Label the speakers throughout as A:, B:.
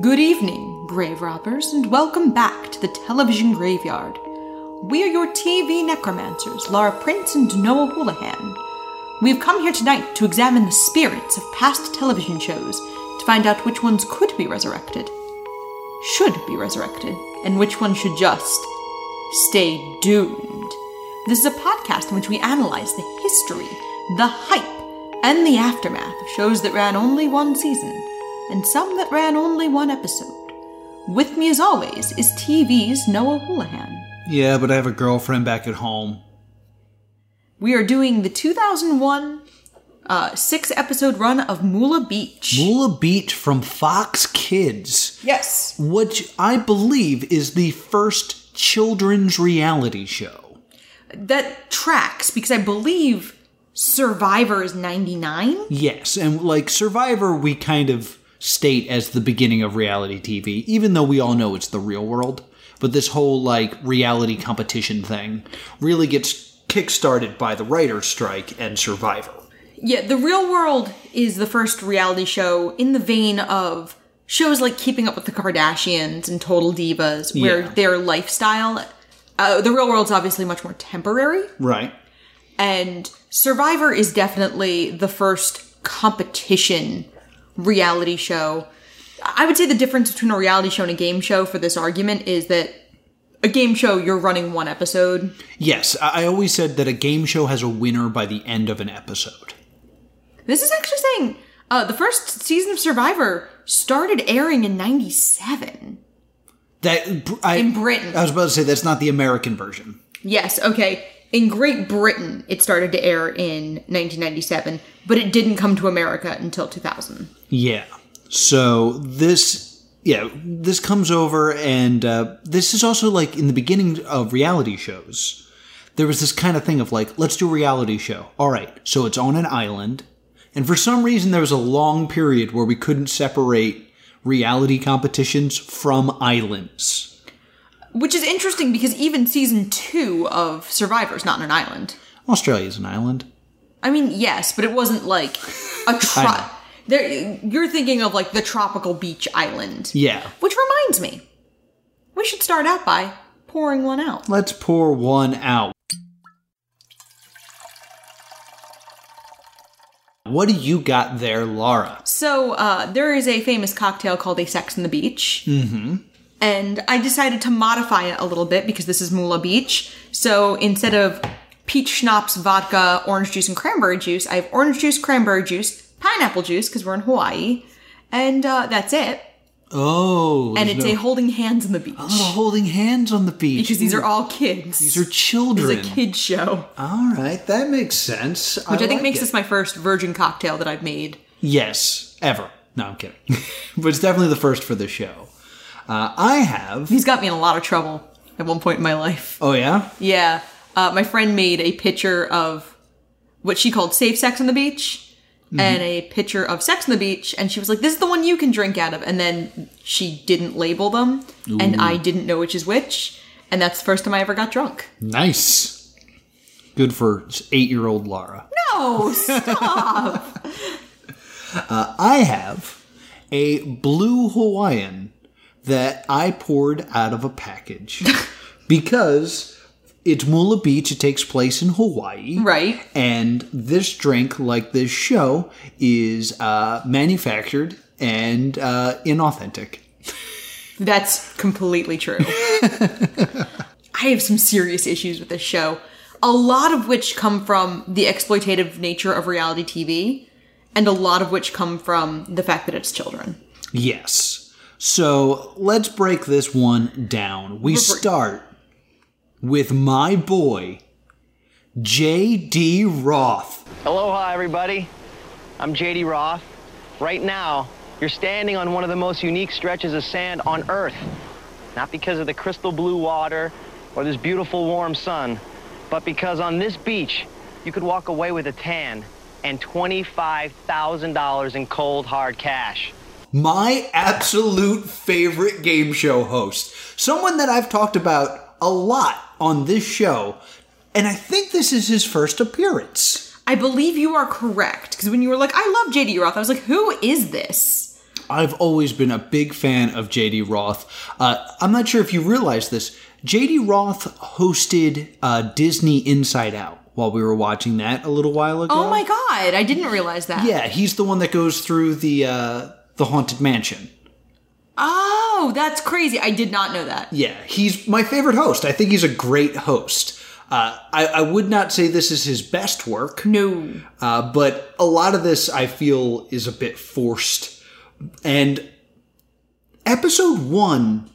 A: Good evening, grave robbers, and welcome back to the television graveyard. We're your TV necromancers, Lara Prince and Noah Houlihan. We've come here tonight to examine the spirits of past television shows to find out which ones could be resurrected, should be resurrected, and which ones should just stay doomed. This is a podcast in which we analyze the history, the hype, and the aftermath of shows that ran only one season, and some that ran only one episode. With me, as always, is TV's Noah Houlihan.
B: Yeah, but I have a girlfriend back at home.
A: We are doing the 2001 uh, six episode run of Mula Beach.
B: Mula Beach from Fox Kids,
A: yes.
B: which I believe is the first children's reality show.
A: That tracks because I believe Survivor is 99.
B: Yes, and like Survivor, we kind of state as the beginning of reality TV, even though we all know it's the real world. But this whole like reality competition thing really gets kickstarted by the writer's strike and Survivor.
A: Yeah, The Real World is the first reality show in the vein of shows like Keeping Up with the Kardashians and Total Divas, where
B: Yeah.
A: their lifestyle. Uh, the Real World's obviously much more temporary,
B: Right.
A: and Survivor is definitely the first competition reality show. I would say the difference between a reality show and a game show for this argument is that a game show, you're running one episode.
B: Yes, I I always said that a game show has a winner by the end of an episode.
A: This is actually saying uh, the first season of Survivor started airing in 97.
B: That I,
A: In Britain.
B: I was about to say that's not the American version.
A: Yes, okay. In Great Britain, it started to air in 1997, but it didn't come to America until 2000.
B: Yeah. So this, yeah, this comes over, and uh, this is also like in the beginning of reality shows. There was this kind of thing of like, let's do a reality show. All right, so it's on an island, and for some reason there was a long period where we couldn't separate reality competitions from islands.
A: Which is interesting because even season two of Survivor's not on an island.
B: Australia's an island.
A: I mean, yes, but it wasn't like a
B: know.
A: trop. There, you're thinking of like the tropical beach island.
B: Yeah.
A: Which reminds me, we should start out by pouring one out.
B: Let's pour one out. What do you got there, Laura?
A: So uh, there is a famous cocktail called a Sex on the Beach. Mm-hmm. And I decided to modify it a little bit because this is Mula Beach. So instead of peach schnapps, vodka, orange juice, and cranberry juice, I have orange juice, cranberry juice, pineapple juice because we're in Hawaii, and uh, that's it.
B: Oh,
A: And
B: there's
A: it's a holding hands on the beach
B: no- Oh, holding hands on the beach
A: because these are all kids.
B: These are children.
A: It's a kid show,
B: all right, that makes sense.
A: which I, think
B: like
A: makes
B: it.
A: this my first virgin cocktail that I've made.
B: yes ever. No, I'm kidding, but it's definitely the first for the show. Uh, I have.
A: He's got me in a lot of trouble at one point in my life.
B: Oh yeah.
A: Yeah. Uh, my friend made a picture of what she called safe sex on the beach and a picture of sex on the beach. And she was like, this is the one you can drink out of. And then she didn't label them. And I didn't know which is which. And that's the first time I ever got drunk.
B: Nice. Good for eight-year-old Laura.
A: No, stop.
B: I have a blue Hawaiian that I poured out of a package because it's Mula Beach. It takes place in Hawaii.
A: right.
B: And this drink, like this show, is uh, manufactured and uh, inauthentic.
A: That's completely true. I have some serious issues with this show, a lot of which come from the exploitative nature of reality TV, and a lot of which come from the fact that it's children.
B: Yes. So let's break this one down. We start with my boy, J.D. Roth.
C: Aloha, everybody. I'm JD Roth. Right now, you're standing on one of the most unique stretches of sand on Earth. Not because of the crystal blue water or this beautiful warm sun, but because on this beach, you could walk away with a tan and $25,000 in cold, hard cash.
B: my absolute favorite game show host. Someone that I've talked about a lot on this show, and I think this is his first appearance.
A: I believe you are correct because when you were like, "I love JD Roth," I was like, "Who is this?"
B: I've always been a big fan of JD Roth. Uh, I'm not sure if you realize this. JD Roth hosted uh, Disney Inside Out while we were watching that a little while ago.
A: Oh my god, I didn't realize that.
B: Yeah, he's the one that goes through the uh, the haunted mansion.
A: Oh, that's crazy. I did not know that.
B: Yeah, he's my favorite host. I think he's a great host. Uh, I, I would not say this is his best work,
A: No.
B: uh, but a lot of this I feel is a bit forced. And episode one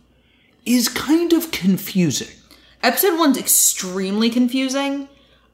B: is kind of confusing.
A: Episode one's extremely confusing.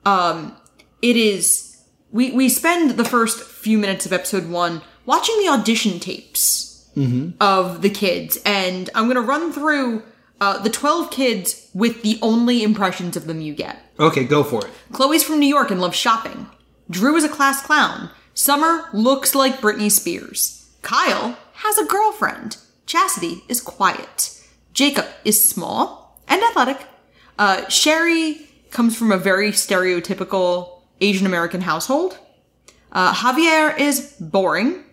A: Um, it is. We we spend the first few minutes of episode one watching the audition tapes
B: Mm-hmm.
A: of the kids, and I'm gonna run through uh, the twelve kids with the only impressions of them you get.
B: Okay, go for it.
A: Chloe's from New York and loves shopping. Drew is a class clown. Summer looks like Britney Spears. Kyle has a girlfriend. Chastity is quiet. Jacob is small and athletic. Uh, Sherry comes from a very stereotypical Asian American household. Uh, Javier is boring.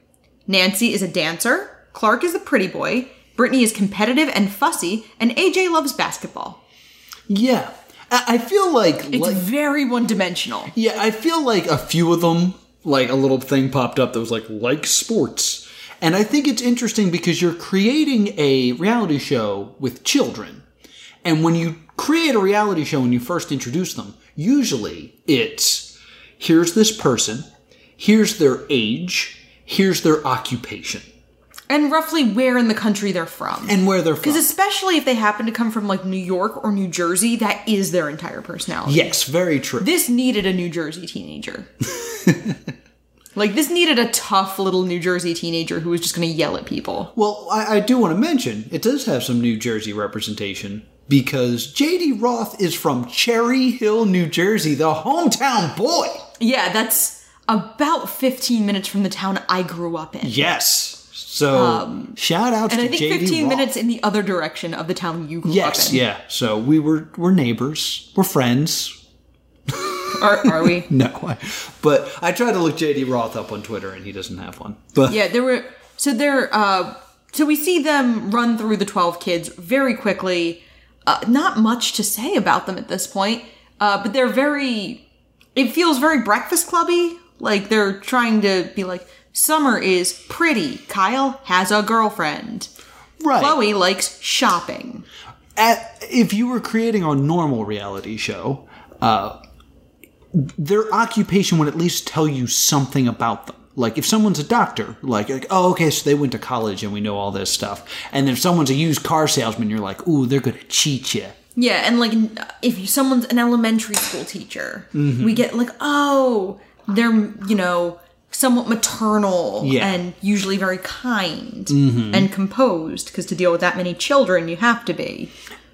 A: Nancy is a dancer. Clark is the pretty boy. Brittany is competitive and fussy. And AJ loves basketball.
B: Yeah, I, I feel like
A: It's
B: like-
A: very one dimensional.
B: Yeah, I feel like a few of them, like a little thing popped up that was like, like sports. And I think it's interesting because you're creating a reality show with children. And when you create a reality show and you first introduce them, usually it's here's this person, here's their age, here's their occupation,
A: and roughly where in the country they're from.
B: and where they're from.
A: because especially if they happen to come from like New York or New Jersey, that is their entire personality.
B: yes, very true.
A: This needed a New Jersey teenager. like this needed a tough little New Jersey teenager who was just going to yell at people.
B: Well, I, I do want to mention it does have some New Jersey representation because JD Roth is from Cherry Hill, New Jersey, the hometown boy.
A: Yeah, that's about 15 minutes from the town I grew up in.
B: Yes. So shout out
A: Um, And
B: to
A: I think
B: JD
A: 15
B: Roth.
A: minutes in the other direction of the town you grew
B: Yes,
A: up in.
B: yeah. So we were we're neighbors, we're friends.
A: Are, are we?
B: No, I, but I tried to look JD Roth up on Twitter and he doesn't have one. But
A: Yeah, there were so there uh so we see them run through the 12 kids very quickly. Uh, not much to say about them at this point. Uh but they're very it feels very breakfast clubby. Like they're trying to be like Summer is pretty. Kyle has a girlfriend.
B: right.
A: Chloe likes shopping.
B: at, if you were creating a normal reality show, uh, their occupation would at least tell you something about them. Like if someone's a doctor, like, like, oh, okay, so they went to college and we know all this stuff. And if someone's a used car salesman, you're like, ooh, they're gonna cheat you.
A: Yeah, and like if someone's an elementary school teacher, we get like, oh, they're you know somewhat maternal
B: Yeah.
A: and usually very kind and composed because to deal with that many children, you have to be.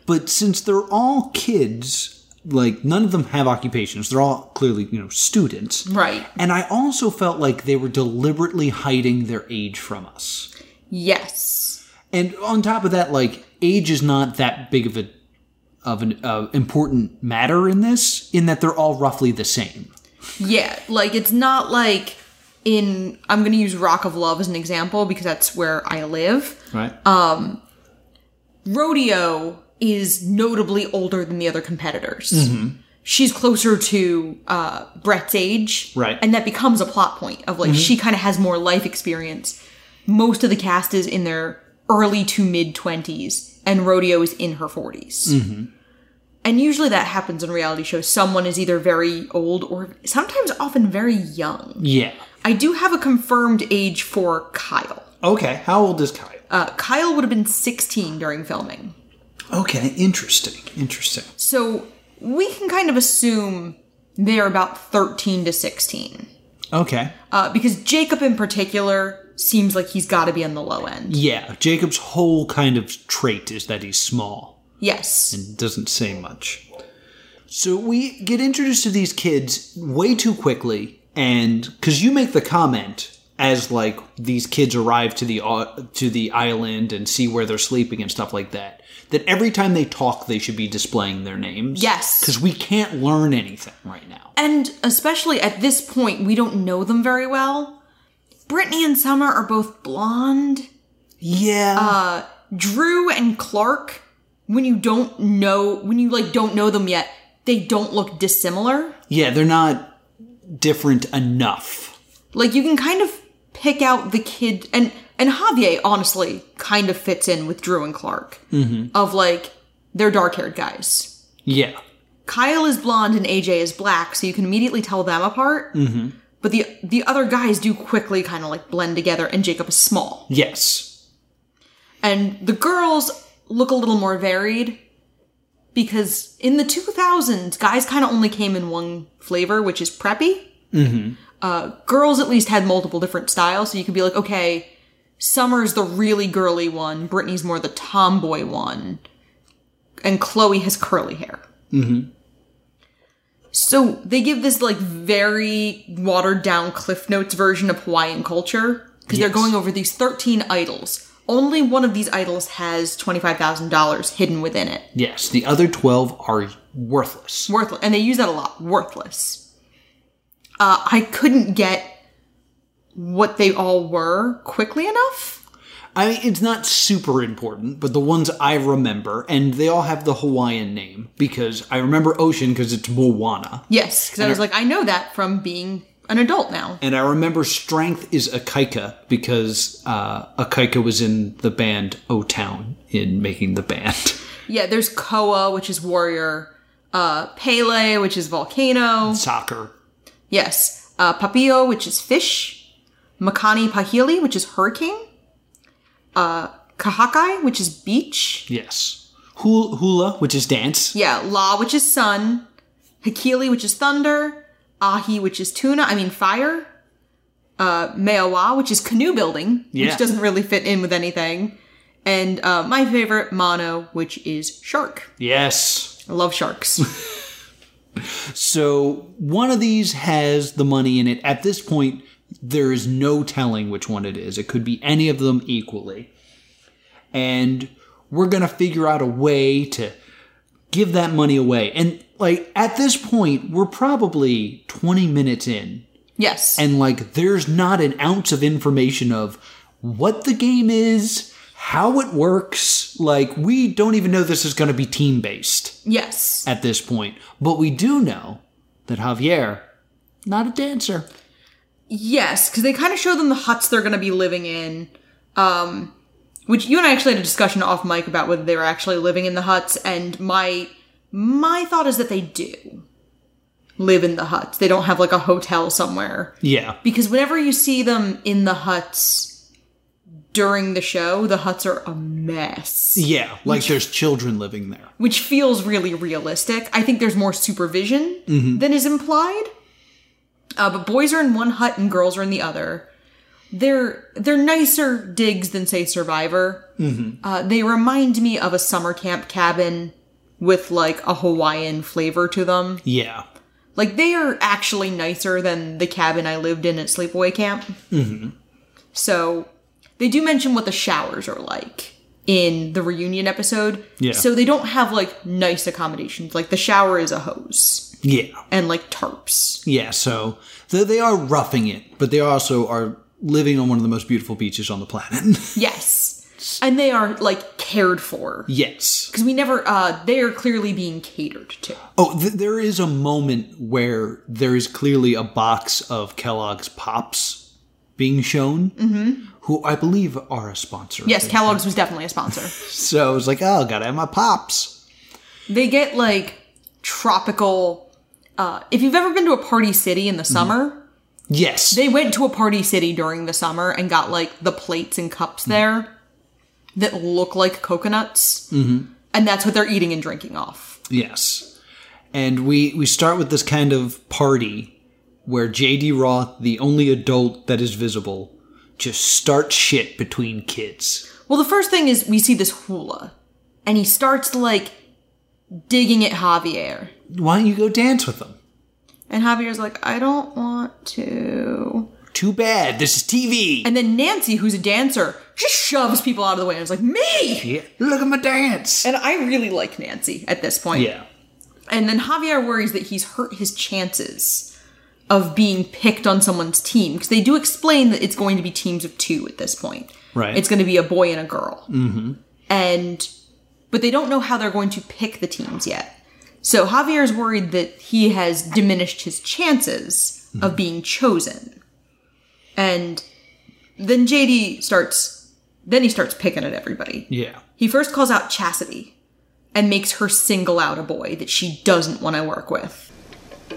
B: But since they're all kids, like none of them have occupations. They're all clearly, you know, students.
A: Right.
B: And I also felt like they were deliberately hiding their age from us.
A: Yes.
B: And on top of that, like age is not that big of a of an uh, important matter in this, in that they're all roughly the same.
A: Yeah. Like it's not like in I'm going to use Rock of Love as an example because that's where I live.
B: Right.
A: Rodeo is notably older than the other competitors. She's closer to uh, Brett's age.
B: Right.
A: And that becomes a plot point of like, she kind of has more life experience. Most of the cast is in their early to mid 20s, and Rodeo is in her 40s. And usually that happens in reality shows. Someone is either very old or sometimes often very young.
B: yeah.
A: I do have a confirmed age for Kyle.
B: Okay. How old is Kyle?
A: Uh, Kyle would have been 16 during filming.
B: okay. Interesting. Interesting.
A: So we can kind of assume they're about 13 to 16.
B: Okay.
A: Uh, because Jacob in particular seems like he's got to be on the low end.
B: Yeah. Jacob's whole kind of trait is that he's small
A: Yes.
B: and doesn't say much. So we get introduced to these kids way too quickly, and because you make the comment as like these kids arrive to the au- to the island and see where they're sleeping and stuff like that, that every time they talk, they should be displaying their names.
A: Yes.
B: because we can't learn anything right now.
A: And especially at this point, we don't know them very well. Brittany and Summer are both blonde.
B: Yeah.
A: Drew and Clark, when you don't know, when you like don't know them yet, they don't look dissimilar.
B: yeah, they're not different enough.
A: Like you can kind of pick out the kid and and Javier honestly kind of fits in with Drew and Clark of like they're dark-haired guys.
B: Yeah.
A: Kyle is blonde and AJ is black, so you can immediately tell them apart. Mm-hmm. But the the other guys do quickly kind of like blend together, and Jacob is small.
B: Yes.
A: and the girls look a little more varied because in the 2000s guys kind of only came in one flavor which is preppy mm-hmm. uh, girls at least had multiple different styles so you could be like okay summer's the really girly one brittany's more the tomboy one and chloe has curly hair mm-hmm. so they give this like very watered down cliff notes version of hawaiian culture because they're
B: Yes.
A: going over these 13 idols only one of these idols has $25000 hidden within it
B: Yes. The other 12 are worthless.
A: worthless and they use that a lot worthless uh, i couldn't get what they all were quickly enough
B: I mean, it's not super important, but the ones I remember, and they all have the Hawaiian name because I remember ocean because it's Moana,
A: yes because i was like i know that from being an adult now
B: and I remember strength is Akaika because uh, Akaika was in the band O Town in making the band.
A: yeah there's koa which is warrior uh, pele which is volcano
B: Soccer.
A: yes uh, papillo which is fish makani pahili which is hurricane uh, kahakai which is beach
B: Yes. Hula, hula which is dance.
A: Yeah, La, which is sun, Hikili, which is thunder, Ahi, which is tuna, I mean fire, uh, Meawa, which is canoe building,
B: Yeah.
A: which doesn't really fit in with anything, and uh, my favorite, Mono, which is shark.
B: Yes.
A: I love sharks.
B: So one of these has the money in it. At this point, there is no telling which one it is. It could be any of them equally. And we're going to figure out a way to give that money away. And like at this point, we're probably 20 minutes in
A: yes.
B: and like there's not an ounce of information of what the game is, how it works. Like we don't even know this is going to be team based
A: yes.
B: at this point. But we do know that Javier, not a dancer.
A: Yes, because they kind of show them the huts they're going to be living in. Um, which you and I actually had a discussion off mic about whether they were actually living in the huts, and my my thought is that they do live in the huts. They don't have like a hotel somewhere
B: Yeah.
A: because whenever you see them in the huts during the show, the huts are a mess,
B: Yeah. Like there's children living there.
A: which feels really realistic. I think there's more supervision than is implied. Uh, but boys are in one hut and girls are in the other. They're they're nicer digs than say Survivor. Uh, they remind me of a summer camp cabin with like a Hawaiian flavor to them.
B: Yeah.
A: Like they are actually nicer than the cabin I lived in at sleepaway camp. Mm-hmm. So they do mention what the showers are like in the reunion episode.
B: Yeah.
A: So they don't have like nice accommodations. Like the shower is a hose
B: Yeah.
A: and like tarps.
B: Yeah. So th- they are roughing it, but they also are living on one of the most beautiful beaches on the planet.
A: Yes. And they are like cared for.
B: yes.
A: Because we never, uh, they are clearly being catered to.
B: Oh, th- there is a moment where there is clearly a box of Kellogg's Pops being shown, who I believe are a sponsor.
A: Yes, Kellogg's was definitely a sponsor.
B: So I was like, oh, gotta have my Pops.
A: they get like tropical. Uh, if you've ever been to a party city in the summer,
B: Yes.
A: they went to a party city during the summer and got like the plates and cups there that look like coconuts mm-hmm. and that's what they're eating and drinking off
B: Yes. And we we start with this kind of party where JD Roth, the only adult that is visible, just starts shit between kids.
A: well the first thing is we see this hula and he starts like digging at javier
B: Why don't you go dance with them?
A: and javier's like i don't want to
B: Too bad. This is TV.
A: and then nancy who's a dancer just shoves people out of the way and is like me
B: yeah. Look at my dance.
A: and i really like nancy at this point
B: yeah.
A: And then Javier worries that he's hurt his chances of being picked on someone's team because they do explain that it's going to be teams of two at this point.
B: Right.
A: It's going to be a boy and a girl. Mm-hmm. And, but they don't know how they're going to pick the teams yet. So Javier's worried that he has diminished his chances of being chosen. And then JD starts, then he starts picking at everybody.
B: Yeah.
A: He first calls out Chastity and makes her single out a boy that she doesn't want to work with.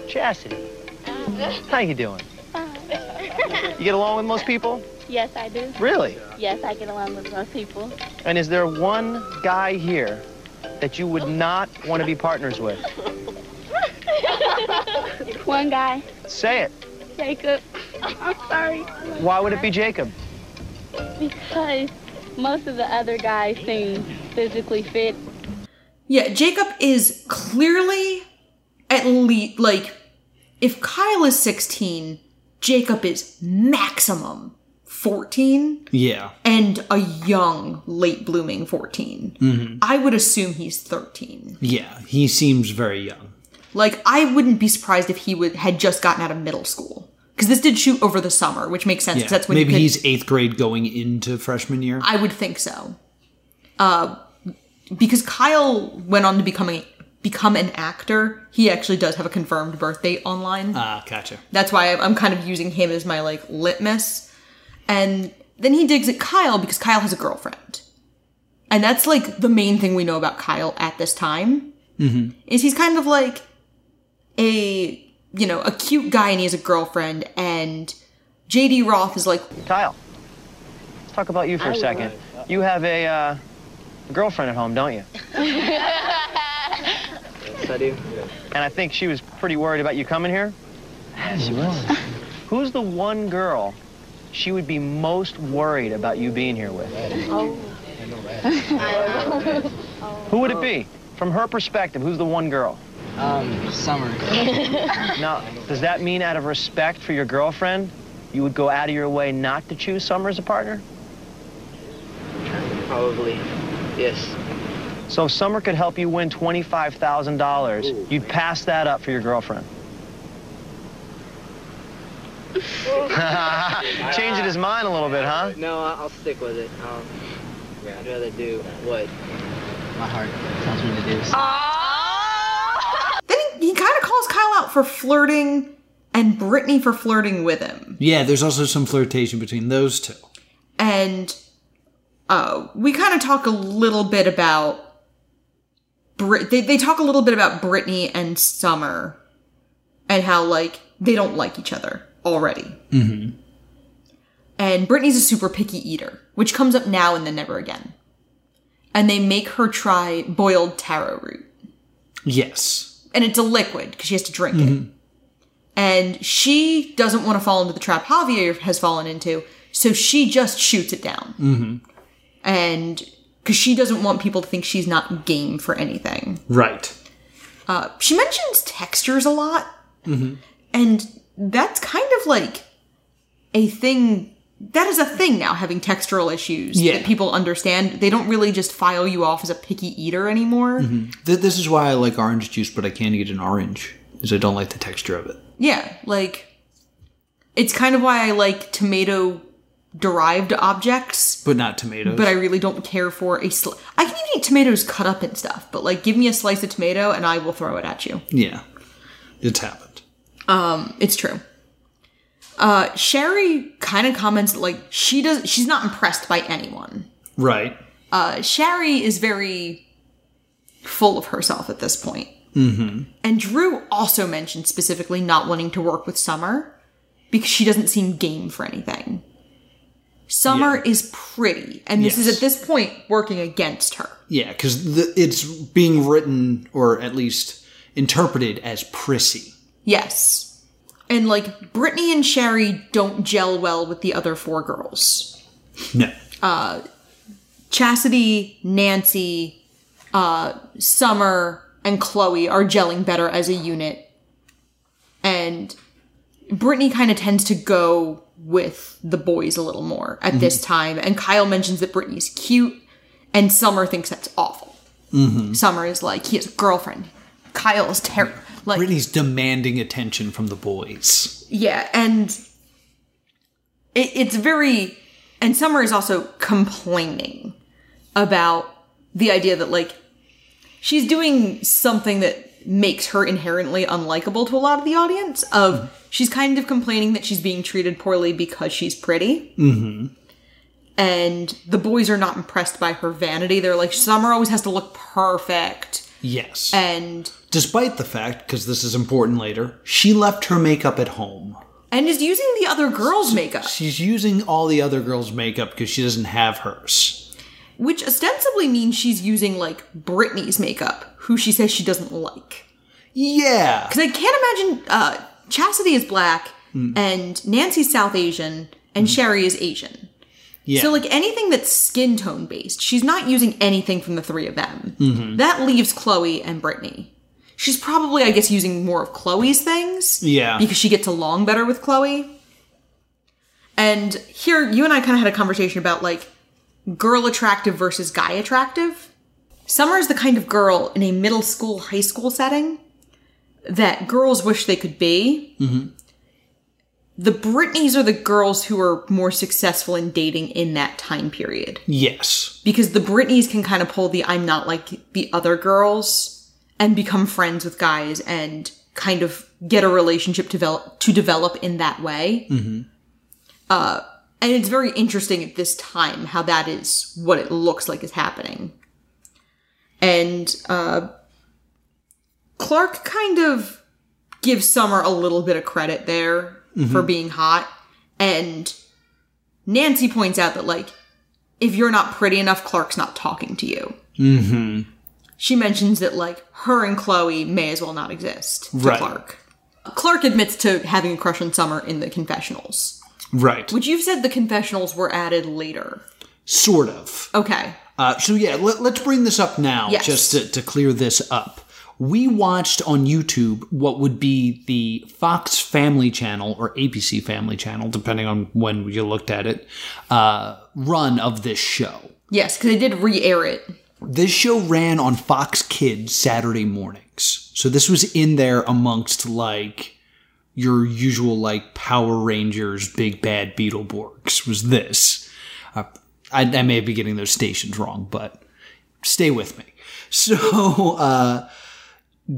C: Chastity, how you doing? You get along with most people?
D: Yes, I do.
C: Really?
D: Yes, I get along with most people.
C: And is there one guy here that you would not want to be partners with?
D: One guy,
C: Say it.
D: Jacob. I'm sorry.
C: Why would it be Jacob?
D: Because most of the other guys seem physically fit.
A: Yeah, Jacob is clearly at least like if Kyle is 16, Jacob is maximum 14
B: Yeah.
A: and a young late blooming 14.
B: Mm-hmm.
A: I would assume he's 13.
B: Yeah. He seems very young.
A: Like I wouldn't be surprised if he would had just gotten out of middle school cuz this did shoot over the summer, which makes sense
B: Yeah.
A: 'cause that's when you
B: Maybe
A: could-
B: he's eighth grade going into freshman year.
A: I would think so. Uh, because Kyle went on to becoming become an actor, he actually does have a confirmed birth date online.
B: Ah, gotcha.
A: That's why I'm- I'm kind of using him as my like litmus. And then he digs at Kyle because Kyle has a girlfriend, and that's like the main thing we know about Kyle at this time. Is he's kind of like a you know a cute guy and he has a girlfriend and. JD Roth is like,
C: Kyle, let's talk about you for a second. You have a uh, girlfriend at home, don't you?
E: I do.
C: And I think she was pretty worried about you coming here. She was. Who's the one girl she would be most worried about you being here with? Who would it be? From her perspective, who's the one girl?
E: Um, summer.
C: Now, does that mean out of respect for your girlfriend, you would go out of your way not to choose Summer as a partner?
E: Probably. Yes.
C: So if Summer could help you win $25,000, you'd pass that up for your girlfriend. Changing his mind a little bit, huh?
E: No, I- I'll stick with it. Um, I'd rather do what? My heart tells me to do.
A: Then he, he kind of calls Kyle out for flirting and Brittany for flirting with him.
B: Yeah, there's also some flirtation between those two.
A: And uh, we kind of talk a little bit about. Brit- they, they talk a little bit about Brittany and Summer and how, like, they don't like each other already. Mm-hmm. And Brittany's a super picky eater, which comes up now and then never again. And they make her try boiled taro root.
B: Yes.
A: and it's a liquid because she has to drink it. And she doesn't want to fall into the trap Javier has fallen into, so she just shoots it down. Mm-hmm. And because she doesn't want people to think she's not game for anything.
B: Right.
A: Uh, she mentions textures a lot, and that's kind of like a thing. That is a thing now, having textural issues
B: Yeah.
A: that people understand. They don't really just file you off as a picky eater anymore.
B: Th- this is why I like orange juice, but I can't eat an orange, because I don't like the texture of it.
A: Yeah, like it's kind of why I like tomato derived objects,
B: But not tomatoes.
A: but I really don't care for a sli- I can even eat tomatoes cut up and stuff, but like give me a slice of tomato and I will throw it at you.
B: yeah. It's happened.
A: It's true. Uh Sherry kind of comments that, like she does she's not impressed by anyone.
B: Right.
A: Uh Sherry is very full of herself at this point. Mhm.
B: Mm-hmm.
A: And Drew also mentioned specifically not wanting to work with Summer because she doesn't seem game for anything. Summer
B: Yeah.
A: is pretty, and this is
B: Yes.
A: at this point working against her.
B: Yeah, because it's being written, or at least interpreted as prissy.
A: Yes. And like Brittany and Sherry don't gel well with the other four girls.
B: No.
A: Chastity, Nancy, uh, Summer, and Chloe are gelling better as a unit. And Brittany kind of tends to go with the boys a little more at this time. And Kyle mentions that Brittany's cute, and Summer thinks that's awful. Summer is like, he has a girlfriend. Kyle is terrible. Like,
B: Brittany's demanding attention from the boys.
A: yeah, and it, it's very And Summer is also complaining about the idea that, like, she's doing something that makes her inherently unlikable to a lot of the audience of she's kind of complaining that she's being treated poorly because she's pretty mm-hmm. and the boys are not impressed by her vanity they're like summer always has to look perfect
B: Yes.
A: and
B: Despite the fact, because this is important later, she left her makeup at home.
A: and is using the other girls makeup
B: She's using all the other girls' makeup because she doesn't have hers.
A: which ostensibly means she's using like Britney's makeup, who she says she doesn't like.
B: Yeah.
A: Because I can't imagine uh, Chastity is black and Nancy's South Asian and Sherry is Asian.
B: Yeah.
A: So like anything that's skin tone based, she's not using anything from the three of them. That leaves Chloe and Brittany. She's probably, I guess, using more of Chloe's things.
B: Yeah.
A: Because she gets along better with Chloe. And here, you and I kind of had a conversation about like girl attractive versus guy attractive. Summer is the kind of girl in a middle school, high school setting that girls wish they could be. The Britneys are the girls who are more successful in dating in that time period
B: yes.
A: because the Britneys can kind of pull the I'm not like the other girls and become friends with guys and kind of get a relationship develop to develop in that way. Mm-hmm. Uh, and it's very interesting at this time how that is what it looks like is happening. And uh, Clark kind of gives Summer a little bit of credit there for being hot, and Nancy points out that like if you're not pretty enough, Clark's not talking to you. Mm-hmm. She mentions that like her and Chloe may as well not exist to
B: Right.
A: Clark. Clark admits to having a crush on Summer in the confessionals,
B: Right.
A: which you've said the confessionals were added later.
B: sort of.
A: Okay,
B: Uh, so yeah, let, let's bring this up now,
A: Yes.
B: just to, to clear this up. We watched on YouTube what would be the Fox Family Channel or ABC Family Channel, depending on when you looked at it, uh, run of this show.
A: yes, because they did re-air it.
B: This show ran on Fox Kids Saturday mornings. So this was in there amongst like your usual like Power Rangers, Big Bad Beetleborgs was this. Uh, I, I may be getting those stations wrong, but stay with me. So uh,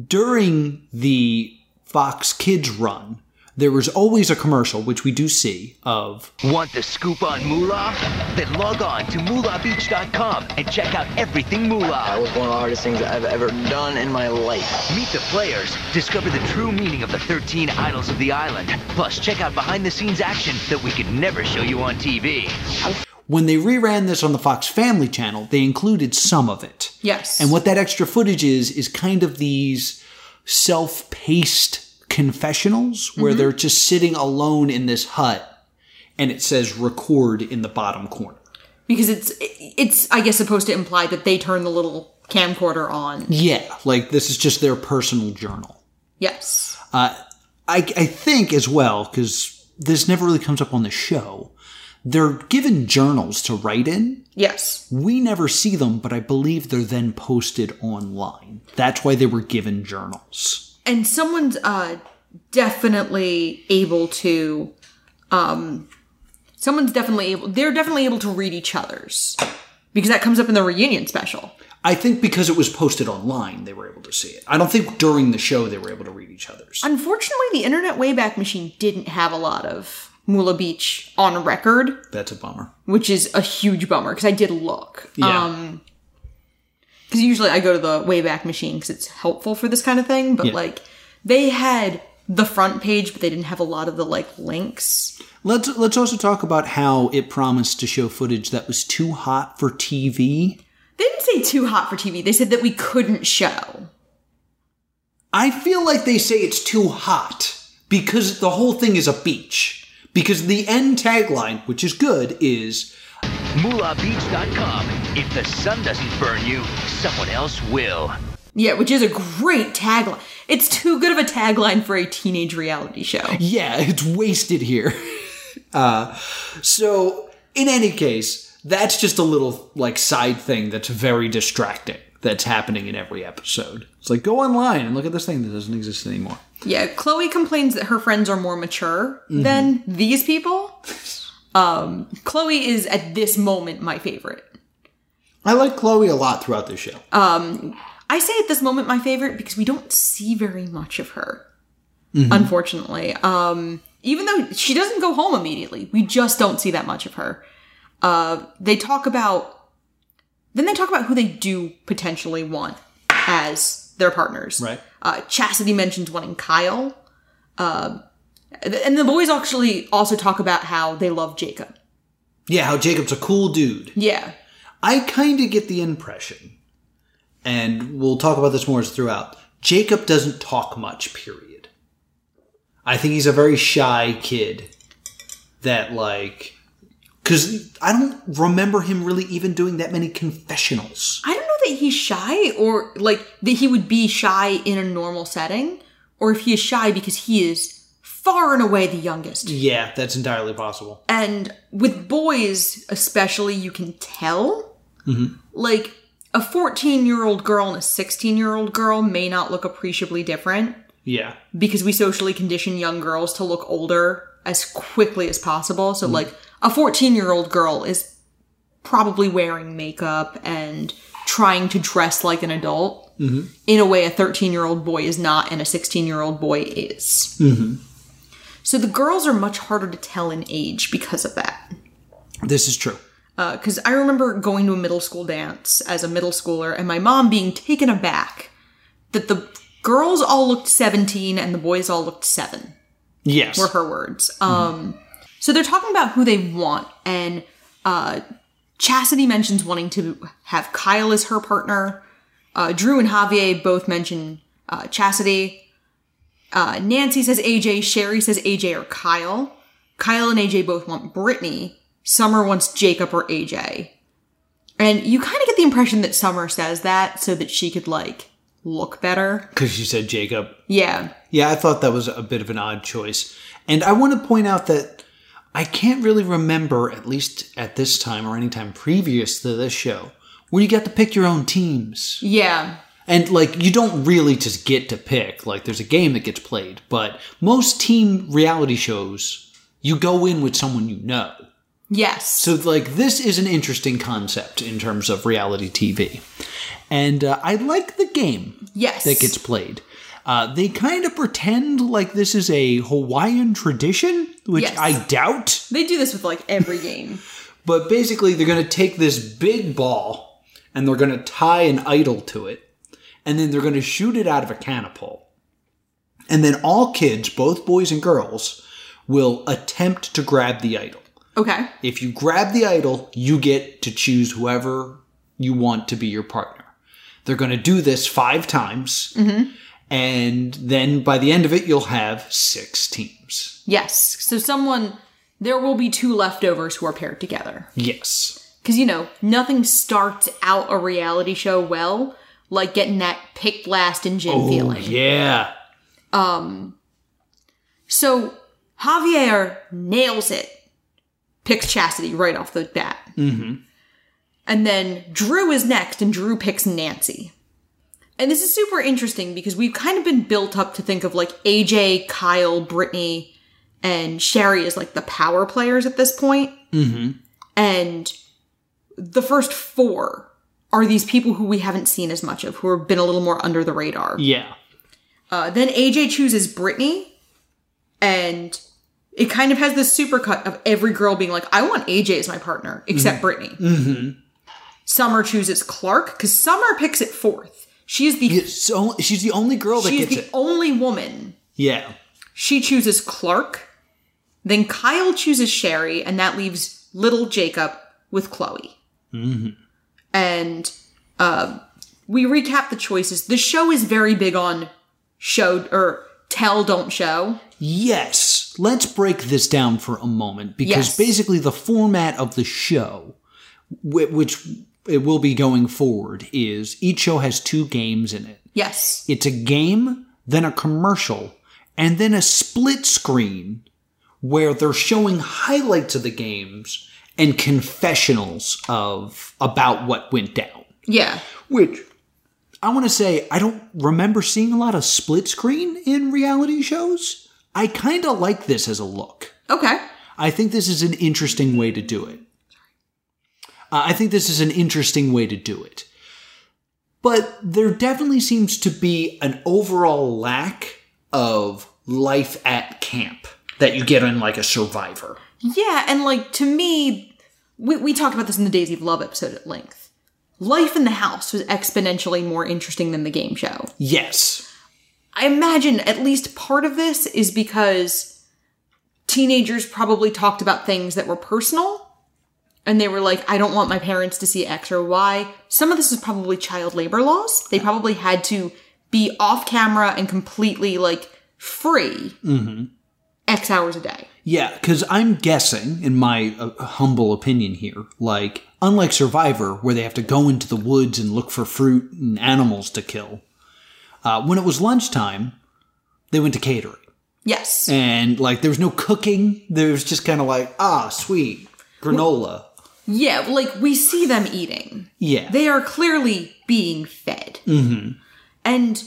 B: during the Fox Kids run, there was always a commercial, which we do see, of
F: Want the scoop on moolah? Then log on to moolahbeach.com and check out everything
E: That
F: moolah.
E: was one of the hardest things I've ever done in my life.
F: Meet the players, discover the true meaning of the 13 idols of the island, plus check out behind the scenes action that we could never show you on TV.
B: when they reran this on the Fox Family Channel, they included some of it.
A: Yes,
B: And what that extra footage is, is kind of these self paced confessionals where they're just sitting alone in this hut and it says record in the bottom corner.
A: because it's it's I guess supposed to imply that they turn the little camcorder on.
B: Yeah. Like this is just their personal journal.
A: Yes,
B: I, I think as well, because this never really comes up on the show, they're given journals to write in.
A: yes,
B: We never see them, but I believe they're then posted online. That's why they were given journals.
A: and someone's uh definitely able to um someone's definitely able they're definitely able to read each other's because that comes up in the reunion special
B: I think because it was posted online, they were able to see it. I don't think during the show they were able to read each other's.
A: unfortunately the internet wayback machine didn't have a lot of mula beach on record
B: That's a bummer.
A: which is a huge bummer because i did look
B: Yeah.
A: um because usually i go to the wayback machine because it's helpful for this kind of thing but
B: Yeah.
A: like they had the front page but they didn't have a lot of the like links
B: Let's let's also talk about how it promised to show footage that was too hot for TV.
A: They didn't say too hot for TV. They said that we couldn't show.
B: I feel like they say it's too hot because the whole thing is a beach. Because the end tagline, which is good, is
F: Moolahbeach.com. If the sun doesn't burn you, someone else will.
A: Yeah, which is a great tagline. It's too good of a tagline for a teenage reality show.
B: yeah, it's wasted here. uh, so, in any case, that's just a little like side thing that's very distracting. That's happening in every episode. It's like go online and look at this thing that doesn't exist anymore. Mm-hmm.
A: Yeah, Chloe complains that her friends are more mature than these people. Um, Chloe is at this moment my favorite.
B: I like Chloe a lot throughout this show.
A: I say at this moment my favorite because we don't see very much of her, unfortunately. Um, even though she doesn't go home immediately, we just don't see that much of her. Uh, they talk about, then they talk about who they do potentially want as their partners.
B: Right.
A: Uh, Chastity mentions wanting Kyle. Uh, and the boys actually also talk about how they love Jacob.
B: yeah, how Jacob's a cool dude.
A: Yeah.
B: I kind of get the impression, and we'll talk about this more as throughout. Jacob doesn't talk much. Period. I think he's a very shy kid. That like, because I don't remember him really even doing that many confessionals.
A: I don't know that he's shy or like that he would be shy in a normal setting or if he is shy because he is far and away the youngest.
B: Yeah, that's entirely possible.
A: And with boys, especially, you can tell. Like a 14 year old girl and a 16 year old girl may not look appreciably different
B: Yeah,
A: because we socially condition young girls to look older as quickly as possible. So, like, a 14 year old girl is probably wearing makeup and trying to dress like an adult in a way a 13 year old boy is not and a 16 year old boy is. So, the girls are much harder to tell in age because of that.
B: this is true.
A: Because I remember going to a middle school dance as a middle schooler and my mom being taken aback that the girls all looked 17 and the boys all looked 7
B: Yes,
A: were her words. Um, So they're talking about who they want, and uh, Chastity mentions wanting to have Kyle as her partner. Uh, Drew and Javier both mention uh, Chastity. Uh, Nancy says AJ. Sherry says AJ or Kyle. Kyle and AJ both want Brittany. Summer wants Jacob or AJ. And you kind of get the impression that Summer says that so that she could, like, look better.
B: because you said Jacob.
A: Yeah.
B: Yeah, I thought that was a bit of an odd choice. And I want to point out that I can't really remember, at least at this time or any time previous to this show, where you got to pick your own teams.
A: Yeah.
B: And, like, you don't really just get to pick. Like, there's a game that gets played, but most team reality shows, you go in with someone you know.
A: Yes.
B: So, like, this is an interesting concept in terms of reality TV. And uh, I like the game
A: yes.
B: that gets played. Uh, they kind of pretend like this is a Hawaiian tradition, which
A: Yes.
B: I doubt.
A: They do this with like every game.
B: But basically, they're going to take this big ball and they're going to tie an idol to it, and then they're going to shoot it out of a catapult. And then all kids, both boys and girls, will attempt to grab the idol.
A: Okay.
B: If you grab the idol, you get to choose whoever you want to be your partner. They're going to do this five times. And then by the end of it, you'll have six teams.
A: Yes. So someone there will be two leftovers who are paired together.
B: Yes.
A: Cuz you know, nothing starts out a reality show well like getting that picked last in gym
B: Oh,
A: feeling.
B: yeah.
A: So Javier nails it. Picks Chastity right off the bat. Mm-hmm. And then Drew is next, and Drew picks Nancy. And this is super interesting because we've kind of been built up to think of like AJ, Kyle, Brittany, and Sherry as like the power players at this point. Mm-hmm. And the first four are these people who we haven't seen as much of, who have been a little more under the radar.
B: Yeah.
A: Uh, then AJ chooses Brittany, and it kind of has this supercut of every girl being like, "I want AJ as my partner," except Brittany. Mm-hmm. Summer chooses Clark because Summer picks it fourth. She is the
B: So she's the only girl that
A: she is
B: gets
A: the
B: it.
A: only woman.
B: yeah.
A: She chooses Clark. Then Kyle chooses Sherry, and that leaves little Jacob with Chloe. Mm-hmm. And uh, we recap the choices. The show is very big on show or tell, don't show.
B: Yes. Let's break this down for a moment because
A: Yes.
B: basically the format of the show, whi- which it will be going forward, is each show has two games in it.
A: Yes.
B: It's a game, then a commercial, and then a split screen where they're showing highlights of the games and confessionals of about what went down.
A: Yeah.
B: Which I want to say I don't remember seeing a lot of split screen in reality shows. I kind of like this as a look.
A: Okay.
B: I think this is an interesting way to do it. Uh, I think this is an interesting way to do it. But there definitely seems to be an overall lack of life at camp that you get in like a survivor.
A: Yeah, and like to me, we, we talked about this in the Daisy of Love episode at length. Life in the house was exponentially more interesting than the game show.
B: Yes.
A: I imagine at least part of this is because teenagers probably talked about things that were personal and they were like, I don't want my parents to see X or Y. Some of this is probably child labor laws. They probably had to be off camera and completely like free X hours a day.
B: Yeah, because I'm guessing, in my uh, humble opinion here, like, unlike Survivor, where they have to go into the woods and look for fruit and animals to kill, uh, when it was lunchtime, they went to catering.
A: Yes.
B: And, like, there was no cooking. There was just kind of like, ah, sweet, granola.
A: Yeah, like we see them eating.
B: Yeah.
A: They are clearly being fed. Mm-hmm. And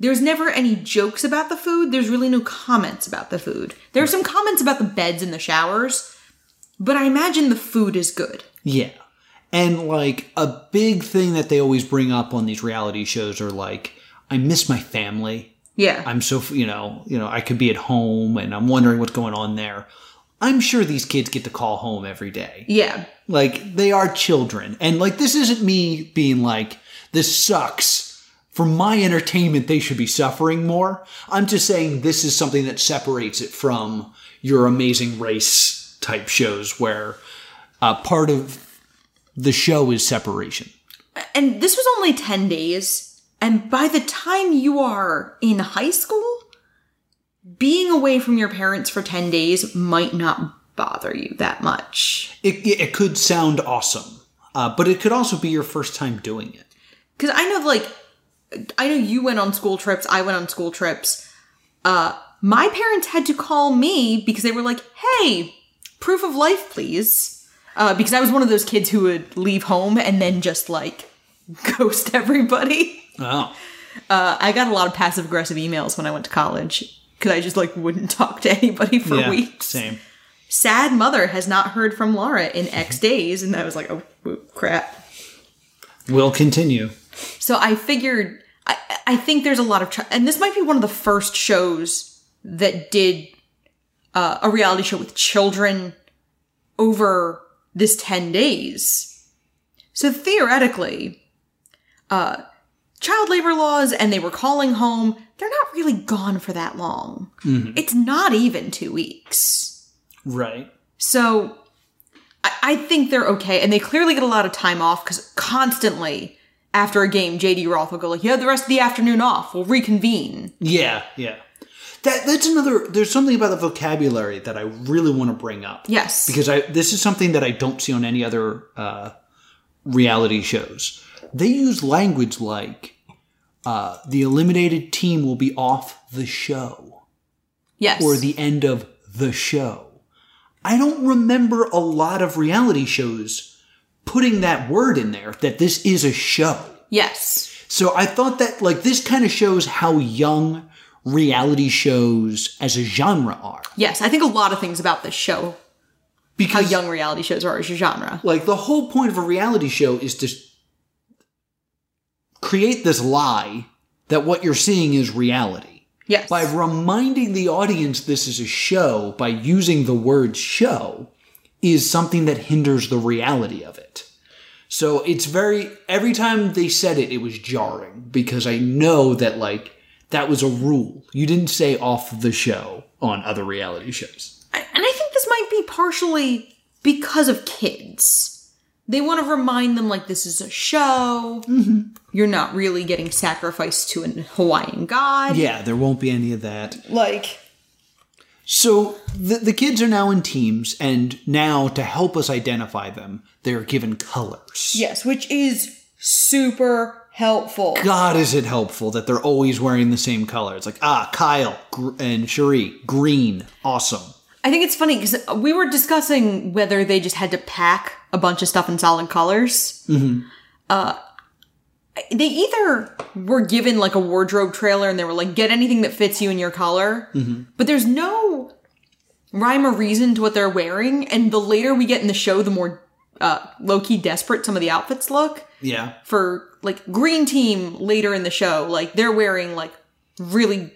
A: there's never any jokes about the food. There's really no comments about the food. There are some comments about the beds and the showers, but I imagine the food is good.
B: Yeah. And like a big thing that they always bring up on these reality shows are like, I miss my family.
A: Yeah.
B: I'm so, f- you know, you know, I could be at home and I'm wondering what's going on there. I'm sure these kids get to call home every day.
A: yeah.
B: Like they are children. And like this isn't me being like this sucks. For my entertainment, they should be suffering more. I'm just saying this is something that separates it from your amazing race type shows where uh, part of the show is separation.
A: And this was only 10 days. And by the time you are in high school, being away from your parents for 10 days might not bother you that much.
B: It, it could sound awesome, uh, but it could also be your first time doing it.
A: because I know like I know you went on school trips. I went on school trips. Uh, my parents had to call me because they were like, "Hey, proof of life, please," uh, because I was one of those kids who would leave home and then just like ghost everybody.
B: Oh.
A: Uh, I got a lot of passive aggressive emails when I went to college because I just like wouldn't talk to anybody for weeks.
B: Same.
A: Sad mother has not heard from Laura in X days, and I was like, "Oh whoop, crap."
B: We'll continue.
A: So I figured, I, I think there's a lot of, tri- and this might be one of the first shows that did uh, a reality show with children over this 10 days. So theoretically, uh, child labor laws and they were calling home, they're not really gone for that long. It's not even two weeks.
B: Right.
A: So I, I think they're okay, and they clearly get a lot of time off because constantly after a game, JD Roth will go like, "You have the rest of the afternoon off. We'll reconvene."
B: Yeah, yeah. That that's another there's something about the vocabulary that I really want to bring up.
A: Yes,
B: Because I this is something that I don't see on any other uh, reality shows. They use language like uh, the eliminated team will be off the show.
A: yes,
B: or the end of the show. I don't remember a lot of reality shows putting that word in there that this is a show.
A: yes,
B: So I thought that like this kind of shows how young reality shows as a genre are.
A: yes. I think a lot of things about this show, how
B: Because
A: young reality shows are as a genre.
B: like the whole point of a reality show is to create this lie that what you're seeing is reality.
A: Yes,
B: by reminding the audience this is a show by using the word show is something that hinders the reality of it. So it's very every time they said it it was jarring because I know that like that was a rule. You didn't say off the show on other reality shows.
A: I- and I think this might be partially because of kids. They want to remind them like this is a show.
B: Mm-hmm.
A: You're not really getting sacrificed to an Hawaiian god.
B: Yeah, there won't be any of that.
A: Like
B: So the, the kids are now in teams and now to help us identify them, they're given colors.
A: Yes, which is super helpful.
B: God, is it helpful that they're always wearing the same color? It's like, ah, Kyle gr- and Cherie, green, awesome.
A: I think it's funny because we were discussing whether they just had to pack a bunch of stuff in solid colors. Mm-hmm. Uh, they either were given like a wardrobe trailer and they were like, get anything that fits you in your color. But there's no rhyme or reason to what they're wearing, and the later we get in the show, the more uh, low key desperate some of the outfits look.
B: Yeah.
A: For like Green Team later in the show, like they're wearing like really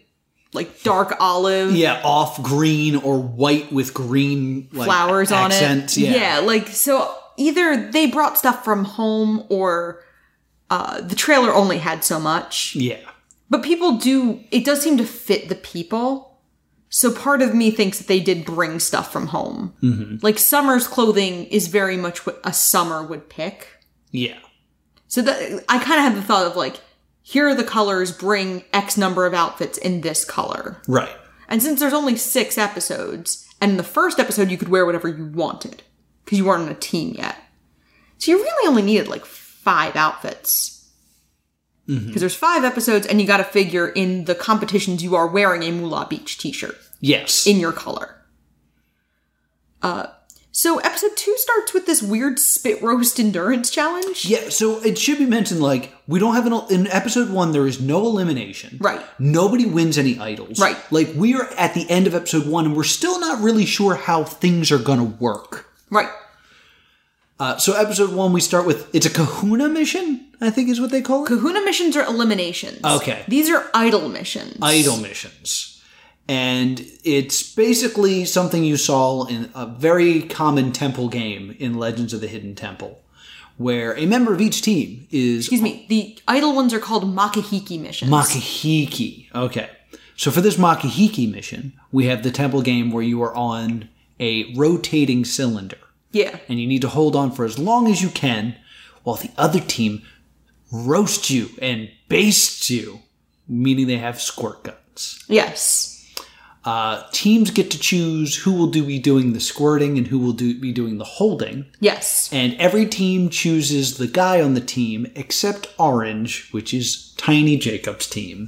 A: like dark olive
B: Yeah, off green or white with green like,
A: flowers on
B: accents.
A: it.
B: Yeah.
A: like so either they brought stuff from home or uh, the trailer only had so much.
B: Yeah.
A: But people do, it does seem to fit the people. So part of me thinks that they did bring stuff from home.
B: Mm-hmm.
A: Like summer's clothing is very much what a summer would pick.
B: Yeah.
A: So that, I kind of had the thought of like, here are the colors, bring X number of outfits in this color.
B: Right.
A: And since there's only six episodes, and in the first episode you could wear whatever you wanted because you weren't on a team yet. So you really only needed like five outfits. Because there's five episodes, and you got to figure in the competitions you are wearing a Moolah Beach t shirt
B: Yes.
A: in your color. Uh, so episode two starts with this weird spit roast endurance challenge.
B: yeah, so it should be mentioned like we don't have an in episode 1 there is no elimination.
A: Right.
B: Nobody wins any idols.
A: Right.
B: Like we are at the end of episode 1 and we're still not really sure how things are going to work.
A: Right.
B: Uh, so episode 1 we start with it's a kahuna mission, I think is what they call it.
A: Kahuna missions are eliminations.
B: Okay.
A: These are idol missions.
B: idol missions. And it's basically something you saw in a very common temple game in Legends of the Hidden Temple, where a member of each team is
A: Excuse me. The idol ones are called Makahiki missions.
B: Makahiki. Okay. So for this Makahiki mission, we have the temple game where you are on a rotating cylinder
A: Yeah.
B: and you need to hold on for as long as you can while the other team roasts you and bastes you, meaning they have squirt guns.
A: Yes.
B: Uh, teams get to choose who will do be doing the squirting and who will do be doing the holding.
A: Yes.
B: And every team chooses the guy on the team except Orange, which is Tiny Jacob's team.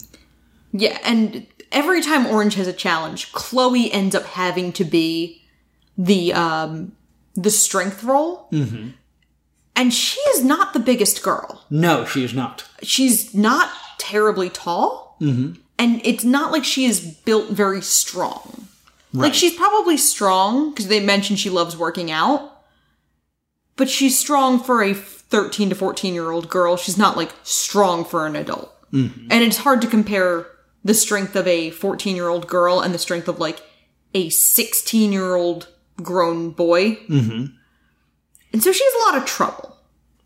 A: Yeah. And every time Orange has a challenge, Chloe ends up having to be the um the strength role. Mm-hmm. And she is not the biggest girl.
B: No, she is not.
A: She's not terribly tall. Mm-hmm. And it's not like she is built very strong. Like
B: Right.
A: she's probably strong because they mentioned she loves working out. But she's strong for a 13 to 14 year old girl. She's not like strong for an adult. And it's hard to compare the strength of a 14 year old girl and the strength of like a 16 year old grown boy. Mm-hmm. And so she has a lot of trouble.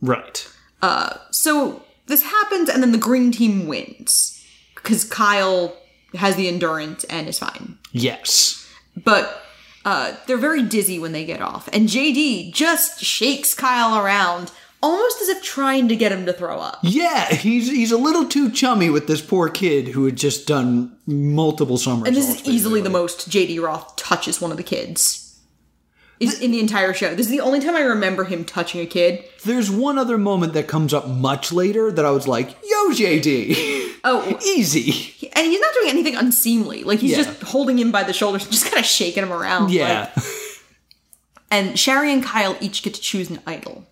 B: Right.
A: So this happens and then the green team wins because Kyle has the endurance and is fine
B: Yes.
A: but uh, they're very dizzy when they get off. And JD just shakes Kyle around, almost as if trying to get him to throw up.
B: Yeah, he's he's a little too chummy with this poor kid who had just done multiple summers.
A: And this is easily the most JD Roth touches one of the kids is in the entire show. This is the only time I remember him touching a kid.
B: There's one other moment that comes up much later that I was like, "Yo, JD,
A: Oh,
B: easy."
A: he- and he's not doing anything unseemly. Like he's
B: Yeah.
A: just holding him by the shoulders and just kind of shaking him around.
B: Yeah.
A: Like- and Sherry and Kyle each get to choose an idol.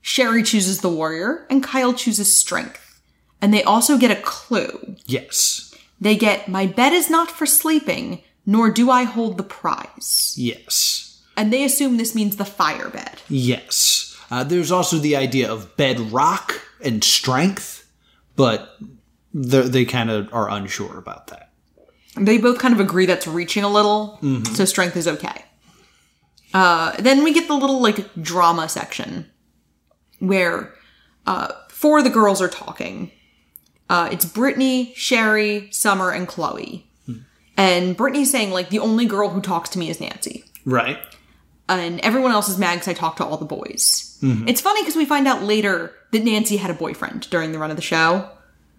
A: Sherry chooses the warrior, and Kyle chooses strength. And they also get a clue.
B: yes.
A: They get, My bed is not for sleeping, nor do I hold the prize.
B: Yes.
A: And they assume this means the fire bed.
B: Yes. Uh, there's also the idea of bedrock and strength, but they're- they kind of are unsure about that.
A: They both kind of agree that's reaching a little, so strength is okay. Uh, then we get the little, like, drama section where uh, four of the girls are talking. Uh, it's Brittany, Sherry, Summer, and Chloe. And Brittany's saying, like, the only girl who talks to me is Nancy.
B: Right.
A: and everyone else is mad because I talked to all the boys. It's funny because we find out later that Nancy had a boyfriend during the run of the show,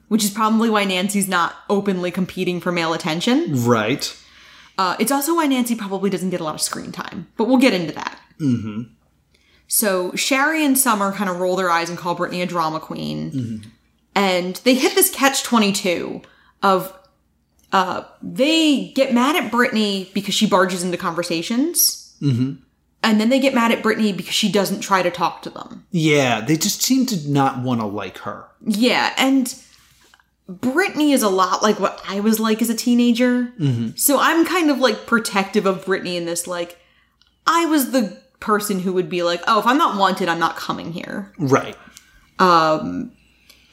A: which is probably why Nancy's not openly competing for male attention.
B: Right.
A: Uh, it's also why Nancy probably doesn't get a lot of screen time, but we'll get into that. Mm-hmm. So Sherry and Summer kind of roll their eyes and call Brittany a drama queen, and they hit this catch twenty two of. Uh, they get mad at Brittany because she barges into conversations. And then they get mad at Brittany because she doesn't try to talk to them.
B: Yeah, they just seem to not want to like her.
A: Yeah, and Brittany is a lot like what I was like as a teenager.
B: Mm-hmm.
A: So I'm kind of like protective of Brittany in this, like, I was the person who would be like, oh, if I'm not wanted, I'm not coming here. Um,
B: Right.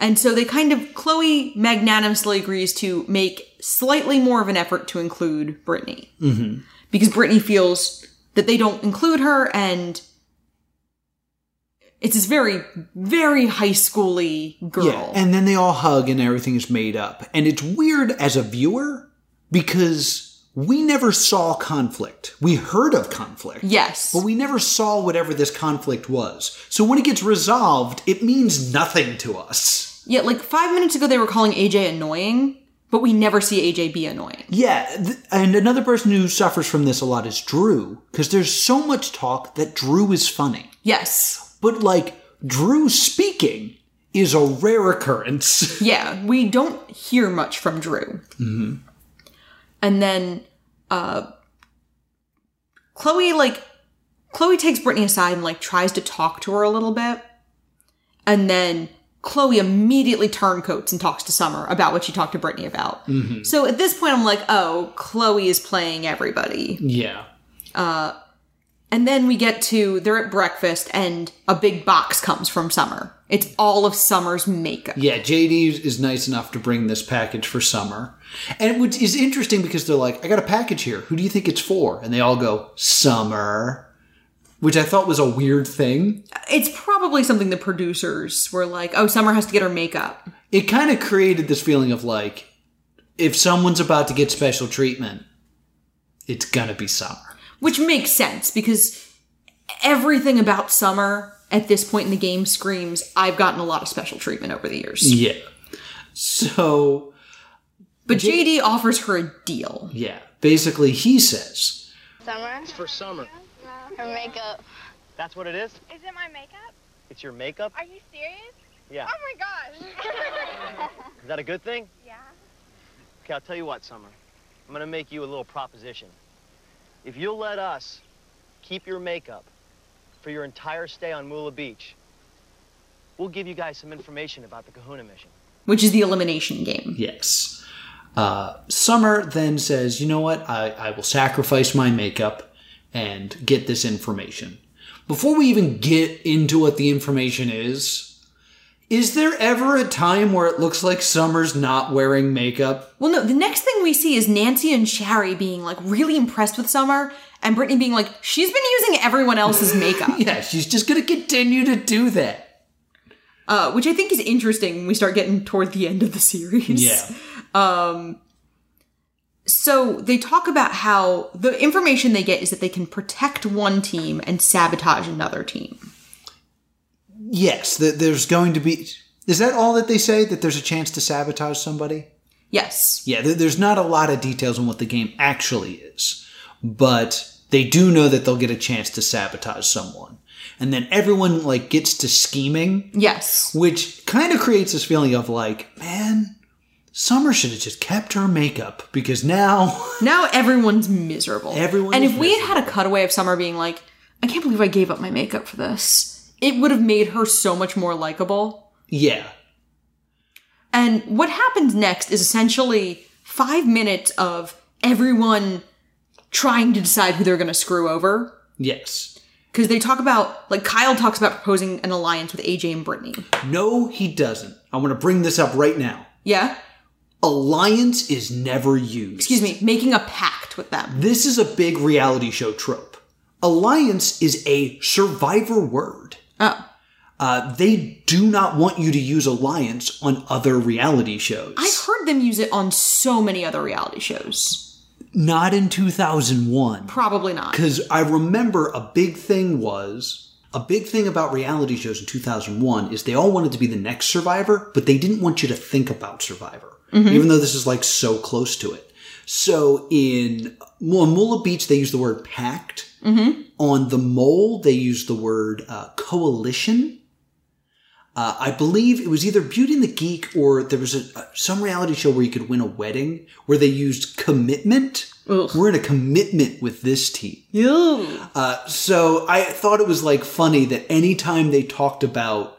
A: And so they kind of, Chloe magnanimously agrees to make slightly more of an effort to include Brittany. Mm-hmm. Because Brittany feels that they don't include her and it's this very, very high schooly girl.
B: Yeah. And then they all hug and everything is made up. And it's weird as a viewer because we never saw conflict. We heard of conflict.
A: yes.
B: But we never saw whatever this conflict was. So when it gets resolved, it means nothing to us.
A: yeah, like five minutes ago they were calling AJ annoying, but we never see AJ be annoying.
B: Yeah, th- and another person who suffers from this a lot is Drew, because there's so much talk that Drew is funny.
A: Yes.
B: But like, Drew speaking is a rare occurrence.
A: Yeah, we don't hear much from Drew. Mm-hmm. And then, uh, Chloe, like, Chloe takes Brittany aside and, like, tries to talk to her a little bit. And then Chloe immediately turncoats and talks to Summer about what she talked to Brittany about.
B: Mm-hmm.
A: So at this point, I'm like, oh, Chloe is playing everybody.
B: yeah.
A: And then we get to they're at breakfast and a big box comes from Summer. It's all of Summer's makeup.
B: Yeah, JD is nice enough to bring this package for summer. And which is interesting because they're like, I got a package here. Who do you think it's for? And they all go, Summer. Which I thought was a weird thing.
A: It's probably something the producers were like, "Oh, Summer has to get her makeup."
B: It kind of created this feeling of like, if someone's about to get special treatment, it's going to be summer.
A: Which makes sense because everything about Summer at this point in the game screams, "I've gotten a lot of special treatment over the years."
B: Yeah. So
A: But JD offers her a deal.
B: Yeah. Basically, he says,
D: Summer?
C: For summer.
D: Her makeup.
C: That's what it is?
G: Is it my makeup?
C: It's your makeup?
G: Are you serious?
C: Yeah.
G: Oh my gosh.
C: Is that a good thing?
G: yeah.
C: Okay, I'll tell you what, Summer. I'm gonna make you a little proposition. If you'll let us keep your makeup for your entire stay on Mula Beach, we'll give you guys some information about the Kahuna mission.
A: Which is the elimination game.
B: Yes. Uh, Summer then says, You know what? I, I will sacrifice my makeup and get this information. Before we even get into what the information is, is there ever a time where it looks like Summer's not wearing makeup?
A: Well, no, the next thing we see is Nancy and Shari being like really impressed with Summer and Brittany being like, she's been using everyone else's makeup,
B: Yeah, she's just going to continue to do that.
A: uh, which I think is interesting when we start getting toward the end of the series. Um, So they talk about how the information they get is that they can protect one team and sabotage another team.
B: Yes, that there's going to be. Is that all that they say? That there's a chance to sabotage somebody?
A: Yes.
B: yeah, there- there's not a lot of details on what the game actually is, but they do know that they'll get a chance to sabotage someone. And then everyone like gets to scheming,
A: Yes.
B: which kind of creates this feeling of like, man, Summer should have just kept her makeup because now
A: Now everyone's miserable.
B: Everyone
A: And
B: is
A: if we had had a cutaway of Summer being like, I can't believe I gave up my makeup for this, it would have made her so much more likable.
B: yeah,
A: And what happens next is essentially five minutes of everyone trying to decide who they're going to screw over.
B: yes.
A: Because they talk about, like, Kyle talks about proposing an alliance with AJ and Brittany.
B: No, he doesn't. I want to bring this up right now.
A: Yeah?
B: Alliance is never used.
A: Excuse me, making a pact with them.
B: This is a big reality show trope. Alliance is a survivor word.
A: Oh.
B: Uh, they do not want you to use alliance on other reality shows.
A: I've heard them use it on so many other reality shows.
B: not in 2001.
A: Probably not.
B: Because I remember a big thing was a big thing about reality shows in 2001 is they all wanted to be the next survivor, but they didn't want you to think about survivor, even though this is like so close to it. So in on Mula Beach, they use the word pact. On the mole, they use the word uh, coalition. Uh, I believe it was either Beauty and the Geek or there was a, uh, some reality show where you could win a wedding where they used commitment. We're in a commitment with this team. Uh, so I thought it was like funny that anytime they talked about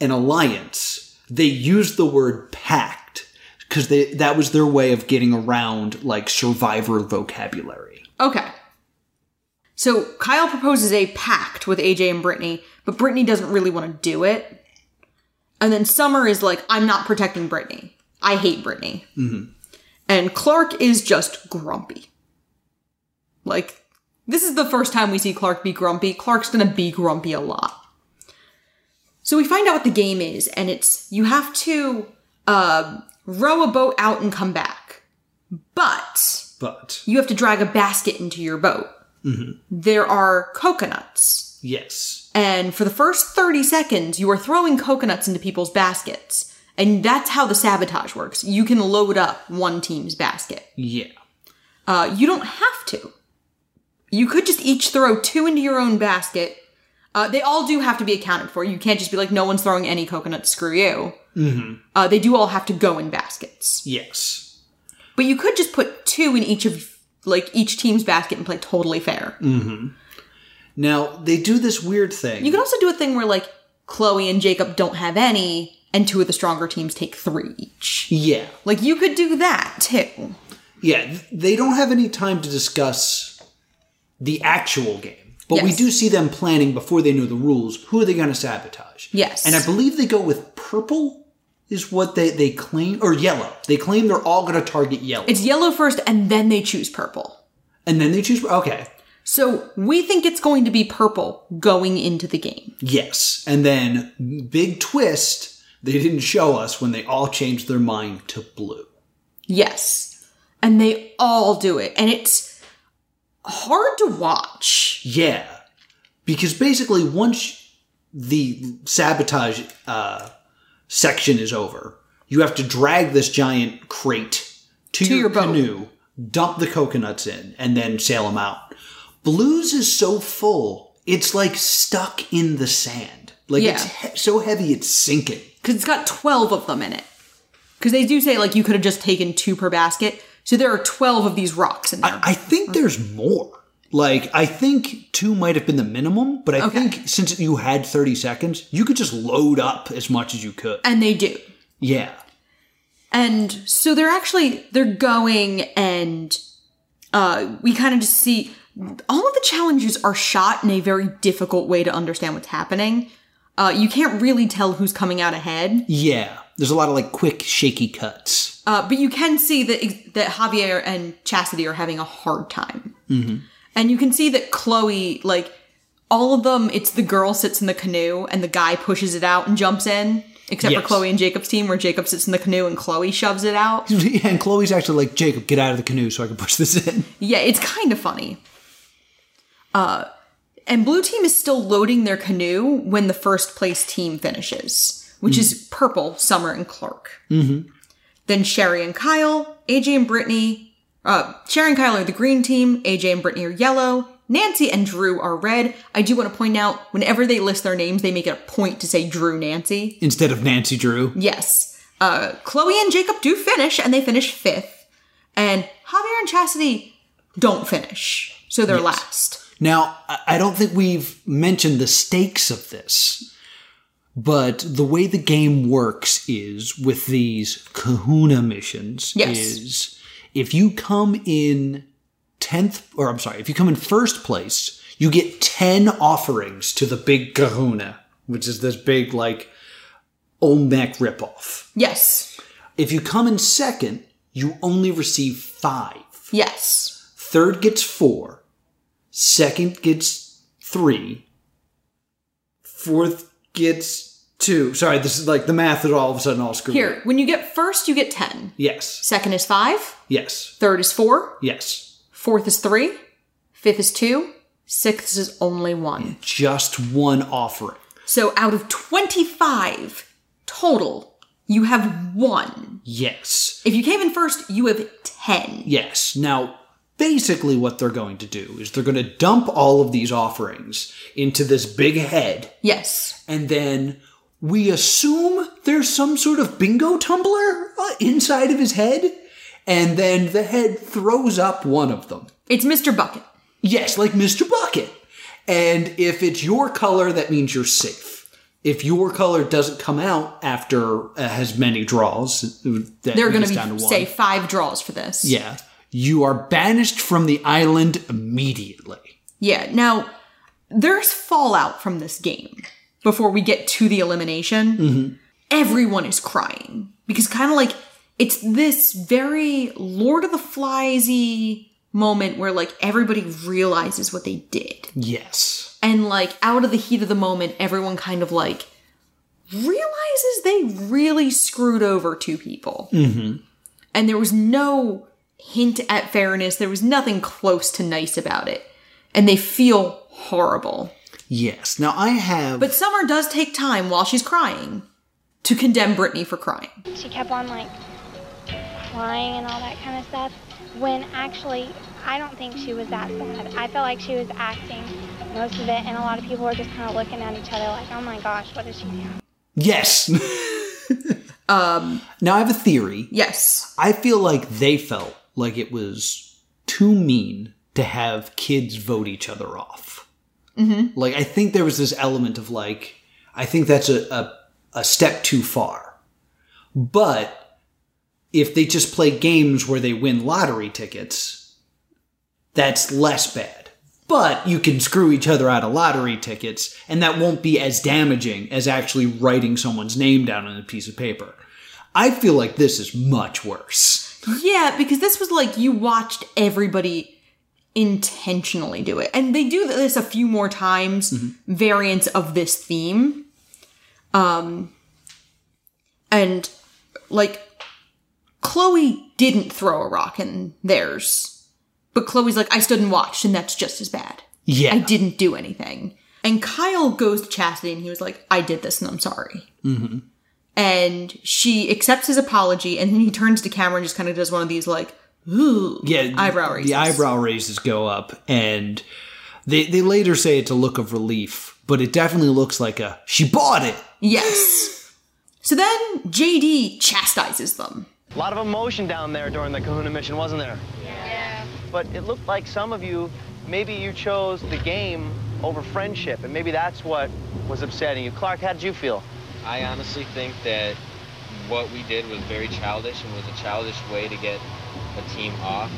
B: an alliance, they used the word pact. because they that was their way of getting around like survivor vocabulary.
A: Okay. So Kyle proposes a pact with AJ and Brittany, but Brittany doesn't really want to do it. And then Summer is like, I'm not protecting Brittany. I hate Brittany. And Clark is just grumpy. Like, this is the first time we see Clark be grumpy. Clark's going to be grumpy a lot. So we find out what the game is, and it's you have to uh, row a boat out and come back. But
B: But
A: you have to drag a basket into your boat. There are coconuts.
B: yes,
A: And for the first 30 seconds, you are throwing coconuts into people's baskets. And that's how the sabotage works. You can load up one team's basket.
B: yeah,
A: Uh, you don't have to. You could just each throw two into your own basket. Uh, they all do have to be accounted for. You can't just be like, no one's throwing any coconuts, screw you. Mm-hmm. Uh, they do all have to go in baskets.
B: yes,
A: But you could just put two in each of like each team's basket and play totally fair.
B: Now they do this weird thing.
A: You could also do a thing where like Chloe and Jacob don't have any, and two of the stronger teams take three each.
B: yeah,
A: Like you could do that too.
B: yeah. th- They don't have any time to discuss the actual game, but we
A: Yes.
B: do see them planning before they know the rules. Who are they going to sabotage?
A: Yes.
B: and I believe they go with purple is what they they claim or yellow. They claim they're all going to target yellow,
A: It's yellow first, and then they choose purple.
B: and then they choose. Okay,
A: So we think it's going to be purple going into the game.
B: Yes. And then, big twist, they didn't show us when they all changed their mind to blue.
A: Yes. And they all do it. And it's hard to watch.
B: Yeah. Because basically, once the sabotage uh, section is over, you have to drag this giant crate to,
A: your
B: your,
A: boat.
B: canoe, dump the coconuts in, and then sail them out. Blues is so full, it's like stuck in the sand. Like, it's he- so heavy, it's sinking.
A: Because it's got 12 of them in it. Because they do say, like, you could have just taken two per basket. So there are 12 of these rocks in there.
B: I think
A: Mm-hmm.
B: there's more. Like, I think two might have been the minimum, but I
A: Okay.
B: think since you had 30 seconds, you could just load up as much as you could.
A: and they do.
B: Yeah.
A: And so they're actually they're going and uh we kind of just see all of the challenges are shot in a very difficult way to understand what's happening. Uh you can't really tell who's coming out ahead.
B: Yeah. There's a lot of like quick, shaky cuts.
A: Uh but you can see that that Javier and Chastity are having a hard time. And you can see that Chloe like all of them it's the girl sits in the canoe and the guy pushes it out and jumps in except for
B: Yes.
A: Chloe and Jacob's team where Jacob sits in the canoe and Chloe shoves it out.
B: and Chloe's actually like, Jacob, get out of the canoe so I can push this in.
A: Yeah, it's kind of funny. Uh, and blue team is still loading their canoe when the first place team finishes, which is purple, Summer, and Clark. Mm-hmm. Then Sherry and Kyle, AJ and Brittany. Uh, Sherry and Kyle are the green team. AJ and Brittany are yellow. Nancy and Drew are red. I do want to point out whenever they list their names, they make it a point to say Drew Nancy.
B: Instead of Nancy Drew.
A: Yes. Uh, Chloe and Jacob do finish, and they finish fifth. And Javier and Chastity don't finish, so they're last.
B: Now, I I don't think we've mentioned the stakes of this, but the way the game works is with these kahuna missions
A: Yes.
B: is if you come in 10th, or I'm sorry, if you come in first place, you get 10 offerings to the big kahuna, which is this big, like, Olmec ripoff.
A: Yes.
B: If you come in second, you only receive five.
A: Yes.
B: Third gets four. Second gets three. Fourth gets two. Sorry, this is like the math is all of a sudden all screwed
A: Here,
B: up.
A: when you get first, you get 10.
B: Yes.
A: Second is 5.
B: Yes.
A: Third is 4.
B: Yes.
A: Fourth is 3. Fifth is 2. Sixth is only 1.
B: Just one offering.
A: So out of 25 total, you have 1.
B: Yes.
A: If you came in first, you have 10.
B: Yes. Now, basically, what they're going to do is they're going to dump all of these offerings into this big head,
A: Yes.
B: and then we assume there's some sort of bingo tumbler uh, inside of his head, and then the head throws up one of them.
A: It's Mr. Bucket.
B: Yes, like Mr. Bucket. And if it's your color, that means you're safe. if your color doesn't come out after uh, as many draws, that
A: They're going
B: leads down
A: to be,
B: one.
A: say, five draws for this.
B: Yeah, you are banished from the island immediately.
A: Yeah. Now, there's fallout from this game before we get to the elimination. Everyone is crying because, kind of like, it's this very Lord of the Fliesy moment where, like, everybody realizes what they did.
B: Yes.
A: And, like, out of the heat of the moment, everyone kind of, like, realizes they really screwed over two people. Mm-hmm. And there was no hint at fairness, there was nothing close to nice about it. And they feel horrible.
B: Yes. Now I have.
A: But Summer does take time while she's crying to condemn Brittany for crying.
G: She kept on like crying and all that kind of stuff. When actually, I don't think she was that sad. I felt like she was acting most of it, and a lot of people were just kind of looking at each other like, "Oh my gosh, what is she doing?"
B: yes. um. Now I have a theory.
A: Yes.
B: I feel like they felt like it was too mean to have kids vote each other off. Mm-hmm. Like, I think there was this element of like, I think that's a, a, a step too far. But if they just play games where they win lottery tickets, that's less bad. But you can screw each other out of lottery tickets, and that won't be as damaging as actually writing someone's name down on a piece of paper. I feel like this is much worse.
A: Yeah, because this was like you watched everybody intentionally do it. And they do this a few more times, variants of this theme. Um and like Chloe didn't throw a rock in theirs. But Chloe's like, I stood and watched, and that's just as bad.
B: Yeah.
A: I didn't do anything. And Kyle goes to Chastity and he was like, I did this and I'm sorry. Mm-hmm. And she accepts his apology and then he turns to camera and just kind of does one of these like, ooh,
B: Yeah.
A: eyebrow raises.
B: The eyebrow raises go up and they they later say it's a look of relief, but it definitely looks like a she bought it.
A: Yes. So then JD chastises them.
C: A lot of emotion down there during the Kahuna mission, wasn't there? Yeah. But it looked like some of you, maybe you chose the game over friendship, and maybe that's what was upsetting you. Clark, how did you feel?
H: I honestly think that what we did was very childish and was a childish way to get a team off.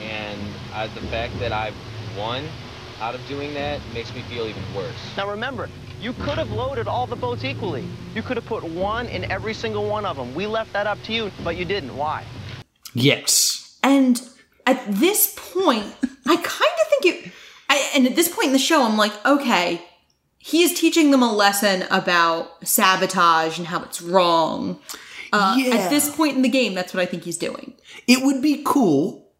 H: And uh, the fact that I won out of doing that makes me feel even worse.
C: Now remember, you could have loaded all the boats equally. You could have put one in every single one of them. We left that up to you, but you didn't. Why?
B: Yes.
A: And at this point, I kind of think it. I, and at this point in the show, I'm like, okay, he is teaching them a lesson about sabotage and how it's wrong. Uh, At this point in the game, that's what I think he's doing.
B: It would be cool,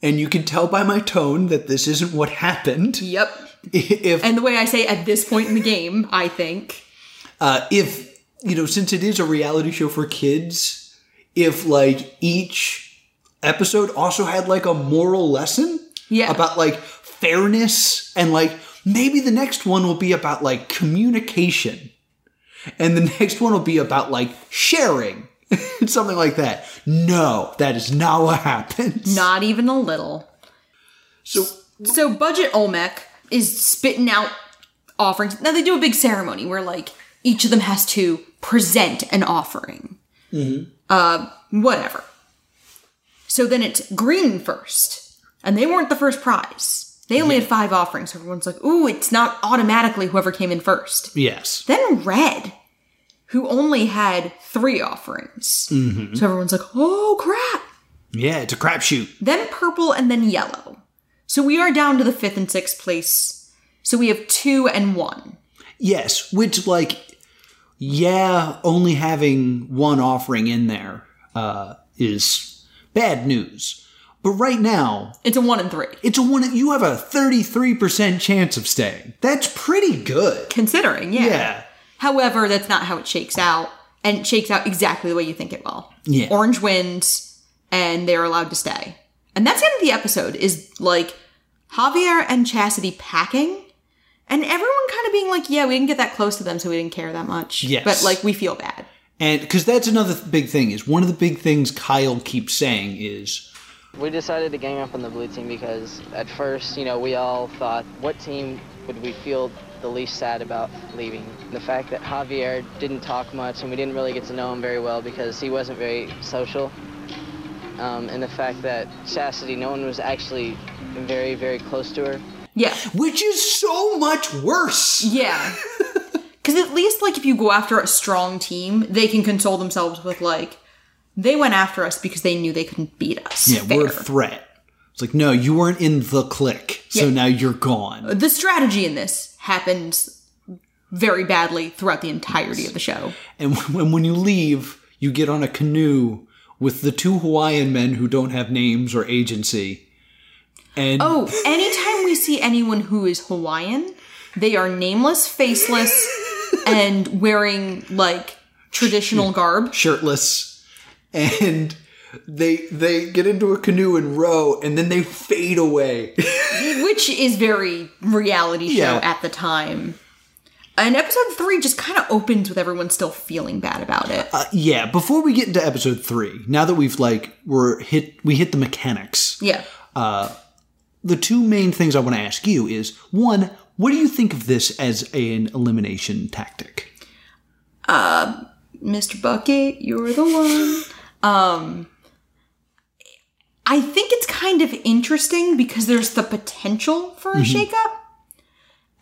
B: and you can tell by my tone that this isn't what happened.
A: Yep.
B: If
A: And the way I say at this point in the game, I think.
B: uh, if you know since it is a reality show for kids if like each episode also had like a moral lesson
A: Yeah.
B: about like fairness and like maybe the next one will be about like communication and the next one will be about like sharing something like that no that is not what happens
A: Not even a little.
B: so
A: So budget Olmec is spitting out offerings. Now they do a big ceremony where like each of them has to present an offering. Mm-hmm. Uh, whatever. So then it's green first, and they weren't the first prize. They only had five offerings. So everyone's like, "Ooh, it's not automatically whoever came in first.
B: yes
A: Then red, who only had three offerings. Mm-hmm. So everyone's like, "Oh crap!"
B: yeah it's a crapshoot
A: then purple, and then yellow. So we are down to the fifth and sixth place. So we have two and one.
B: Yes, which like yeah, only having one offering in there uh, is bad news. But right now,
A: It's a one and three.
B: it's a one you have a 33% chance of staying. That's pretty good.
A: Considering, yeah.
B: Yeah.
A: However, that's not how it shakes out. And it shakes out exactly the way you think it will.
B: Yeah.
A: Orange wins, and they're allowed to stay. And that's the end of the episode, is like Javier and Chastity packing, and everyone kind of being like, yeah, we didn't get that close to them, so we didn't care that much.
B: Yes.
A: But like, we feel bad.
B: And cuz that's another th- big thing is one of the big things Kyle keeps saying is
E: We decided to gang up on the blue team because at first, you know, we all thought, what team would we feel the least sad about leaving. The fact that Javier didn't talk much and we didn't really get to know him very well because he wasn't very social. Um, and the fact that Chastity, no one was actually very, very close to her.
A: Yeah.
B: Which is so much worse.
A: Yeah. Because at least, like, if you go after a strong team, they can console themselves with, like, they went after us because they knew they couldn't beat us.
B: Yeah, we're a
A: Fair.
B: threat. It's like, no, you weren't in the click, so
A: Yeah.
B: now you're gone.
A: the strategy in this happens very badly throughout the entirety of the show.
B: And when, when you leave, you get on a canoe with the two Hawaiian men who don't have names or agency. And
A: Oh, anytime we see anyone who is Hawaiian, they are nameless, faceless, and wearing like traditional garb.
B: shirtless and they they get into a canoe and row and then they fade away
A: which is very reality show
B: Yeah.
A: at the time. And episode three just kind of opens with everyone still feeling bad about it.
B: Uh, yeah before we get into episode three now that we've like we're hit we hit the mechanics
A: yeah.
B: the two main things i want to ask you is one what do you think of this as an elimination tactic
A: Mr. Bucket, you're the one. Um, I think it's kind of interesting because there's the potential for a
B: Mm-hmm.
A: shakeup,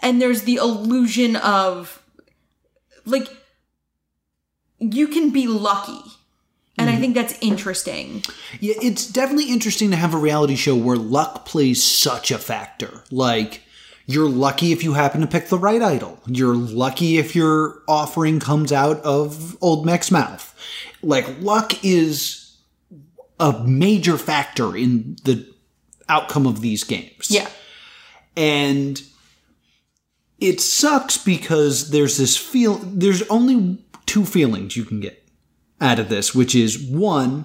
A: and there's the illusion of like you can be lucky, and
B: Mm-hmm.
A: I think that's interesting.
B: yeah it's definitely interesting to have a reality show where luck plays such a factor like you're lucky if you happen to pick the right idol. You're lucky if your offering comes out of Old Mac's mouth. Like, luck is a major factor in the outcome of these games.
A: Yeah,
B: And it sucks because there's this feel, there's only two feelings you can get out of this, which is one,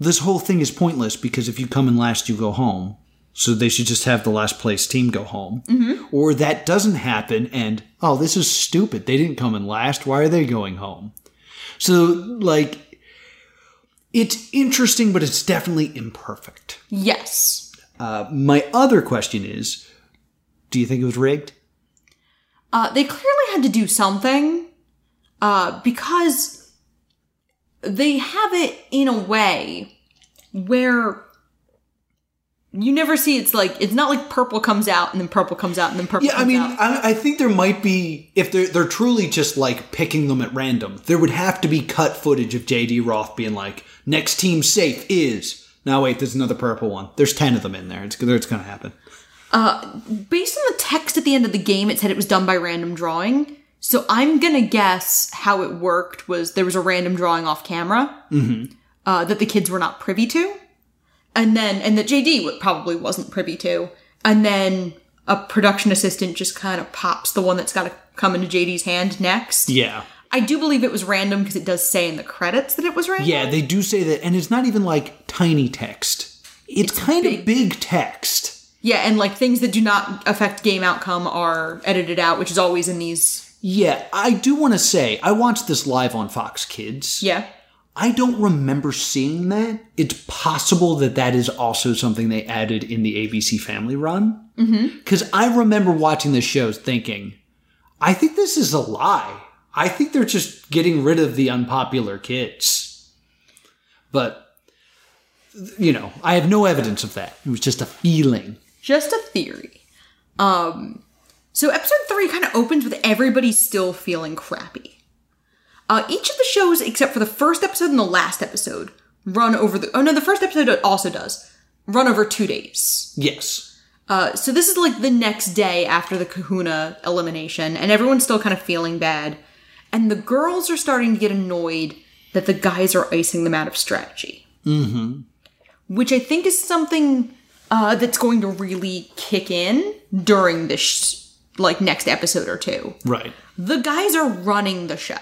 B: this whole thing is pointless because if you come in last, you go home. So they should just have the last place team go home. Or that doesn't happen and, oh, this is stupid. They didn't come in last. Why are they going home? So, like, it's interesting, but it's definitely imperfect.
A: yes.
B: Uh, my other question is do you think it was rigged?
A: Uh, they clearly had to do something uh, because they have it in a way where you never see it's like it's not like purple comes out and then purple comes out and then purple
B: Yeah, I
A: comes
B: mean,
A: out.
B: I, I think there might be, if they're, they're truly just like picking them at random, there would have to be cut footage of JD Roth being like, next team safe is. Now, wait, there's another purple one. There's 10 of them in there. It's, it's going to happen.
A: Based on the text at the end of the game, it said it was done by random drawing. So I'm gonna guess how it worked was there was a random drawing off camera
B: Mm-hmm.
A: uh, that the kids were not privy to, and then and that JD would, probably wasn't privy to, and then a production assistant just kind of pops the one that's got to come into JD's hand next.
B: Yeah.
A: I do believe it was random because it does say in the credits that it was random.
B: Yeah, they do say that. And it's not even like tiny text, it's, kind of big text.
A: yeah, and like things that do not affect game outcome are edited out, which is always in these.
B: Yeah, I do want to say, I watched this live on Fox Kids.
A: Yeah,
B: I don't remember seeing that. It's possible that that is also something they added in the ABC Family run. Because I remember watching this show thinking, I think this is a lie. I think they're just getting rid of the unpopular kids. But, you know, I have no evidence of that. It was just a feeling.
A: just a theory. Um, so episode three kind of opens with everybody still feeling crappy. Uh, each of the shows, except for the first episode and the last episode, run over the. Oh no, the first episode also does run over two days.
B: Yes.
A: Uh, so this is like the next day after the Kahuna elimination, and everyone's still kind of feeling bad, and the girls are starting to get annoyed that the guys are icing them out of strategy. Mm-hmm. Which I think is something uh, that's going to really kick in during this sh- like next episode or two
B: Right.
A: the guys are running the show.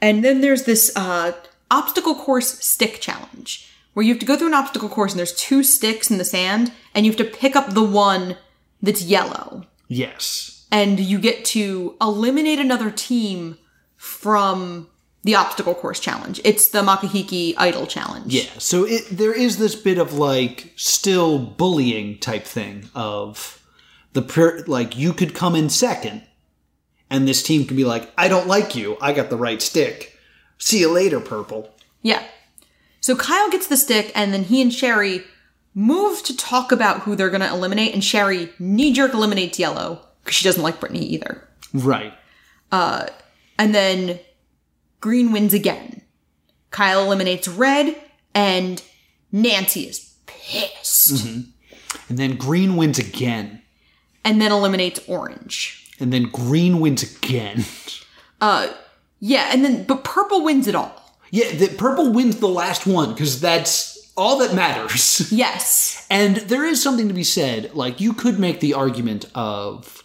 A: And then there's this uh, obstacle course stick challenge where you have to go through an obstacle course and there's two sticks in the sand and you have to pick up the one that's yellow.
B: Yes.
A: And you get to eliminate another team from the obstacle course challenge. It's the Makahiki Idol Challenge.
B: Yeah. So it, there is this bit of like still bullying type thing of the per- like you could come in second, and this team can be like, I don't like you. I got the right stick. See you later, purple.
A: Yeah. So Kyle gets the stick, and then he and Sherry move to talk about who they're going to eliminate, and Sherry knee jerk eliminates Yellow because she doesn't like Brittany either.
B: Right.
A: And then Green wins again. Kyle eliminates Red, and Nancy is pissed,
B: And then green wins again.
A: and then eliminates Orange.
B: And then green wins again.
A: Yeah, and then, but Purple wins it all.
B: yeah, the purple wins the last one because that's all that matters.
A: Yes.
B: And there is something to be said. Like, you could make the argument of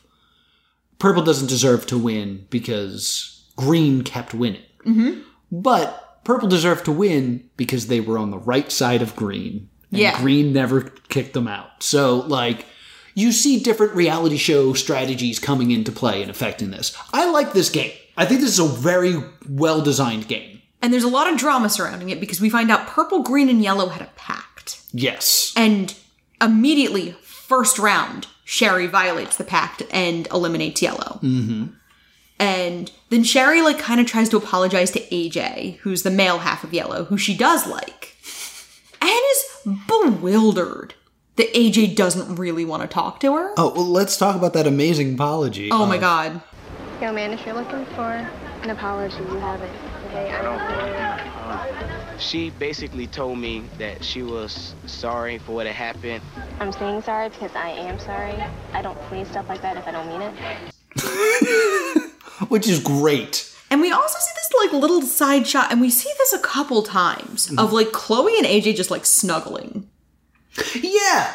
B: purple doesn't deserve to win because green kept winning. Mm-hmm. But purple deserved to win because they were on the right side of green. And
A: Yeah.
B: green never kicked them out. So, like, you see different reality show strategies coming into play and affecting this. I like this game. I think this is a very well designed game.
A: And there's a lot of drama surrounding it because we find out Purple, Green, and Yellow had a pact.
B: Yes.
A: And immediately, first round, Sherry violates the pact and eliminates Yellow. Mm-hmm. And then Sherry, like, kind of tries to apologize to AJ, who's the male half of Yellow, who she does like, and is bewildered that AJ doesn't really want to talk to her.
B: Oh, well, let's talk about that amazing apology. Um,
A: oh my god.
I: Yo, man, if you're looking for an apology, you have it. Okay, I don't
E: She basically told me that she was sorry for what had happened.
I: I'm saying sorry because I am sorry. I don't say stuff like that if I don't mean it.
B: Which is great.
A: And we also see this like little side shot, and we see this a couple times of like Chloe and AJ just like snuggling.
B: Yeah.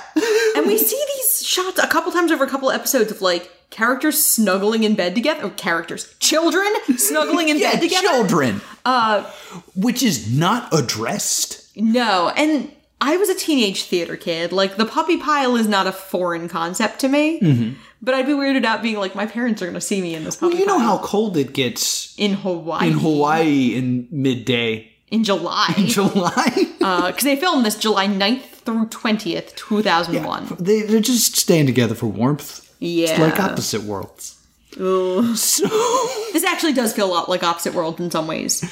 A: And we see these shots a couple times over a couple episodes of like characters snuggling in bed together, or characters, children snuggling in bed together.
B: children. Uh, which is not addressed.
A: No, and I was a teenage theater kid. Like the puppy pile is not a foreign concept to me, but I'd be weirded out being like, my parents are going to see me in this puppy
B: You know
A: pile
B: how cold it gets
A: in Hawaii
B: in Hawaii in midday
A: in July because
B: July.
A: they filmed this July 9th through 20th, 2001.
B: they, they're just staying together for warmth.
A: Yeah,
B: It's like opposite worlds. So
A: this actually does feel a lot like opposite world in some ways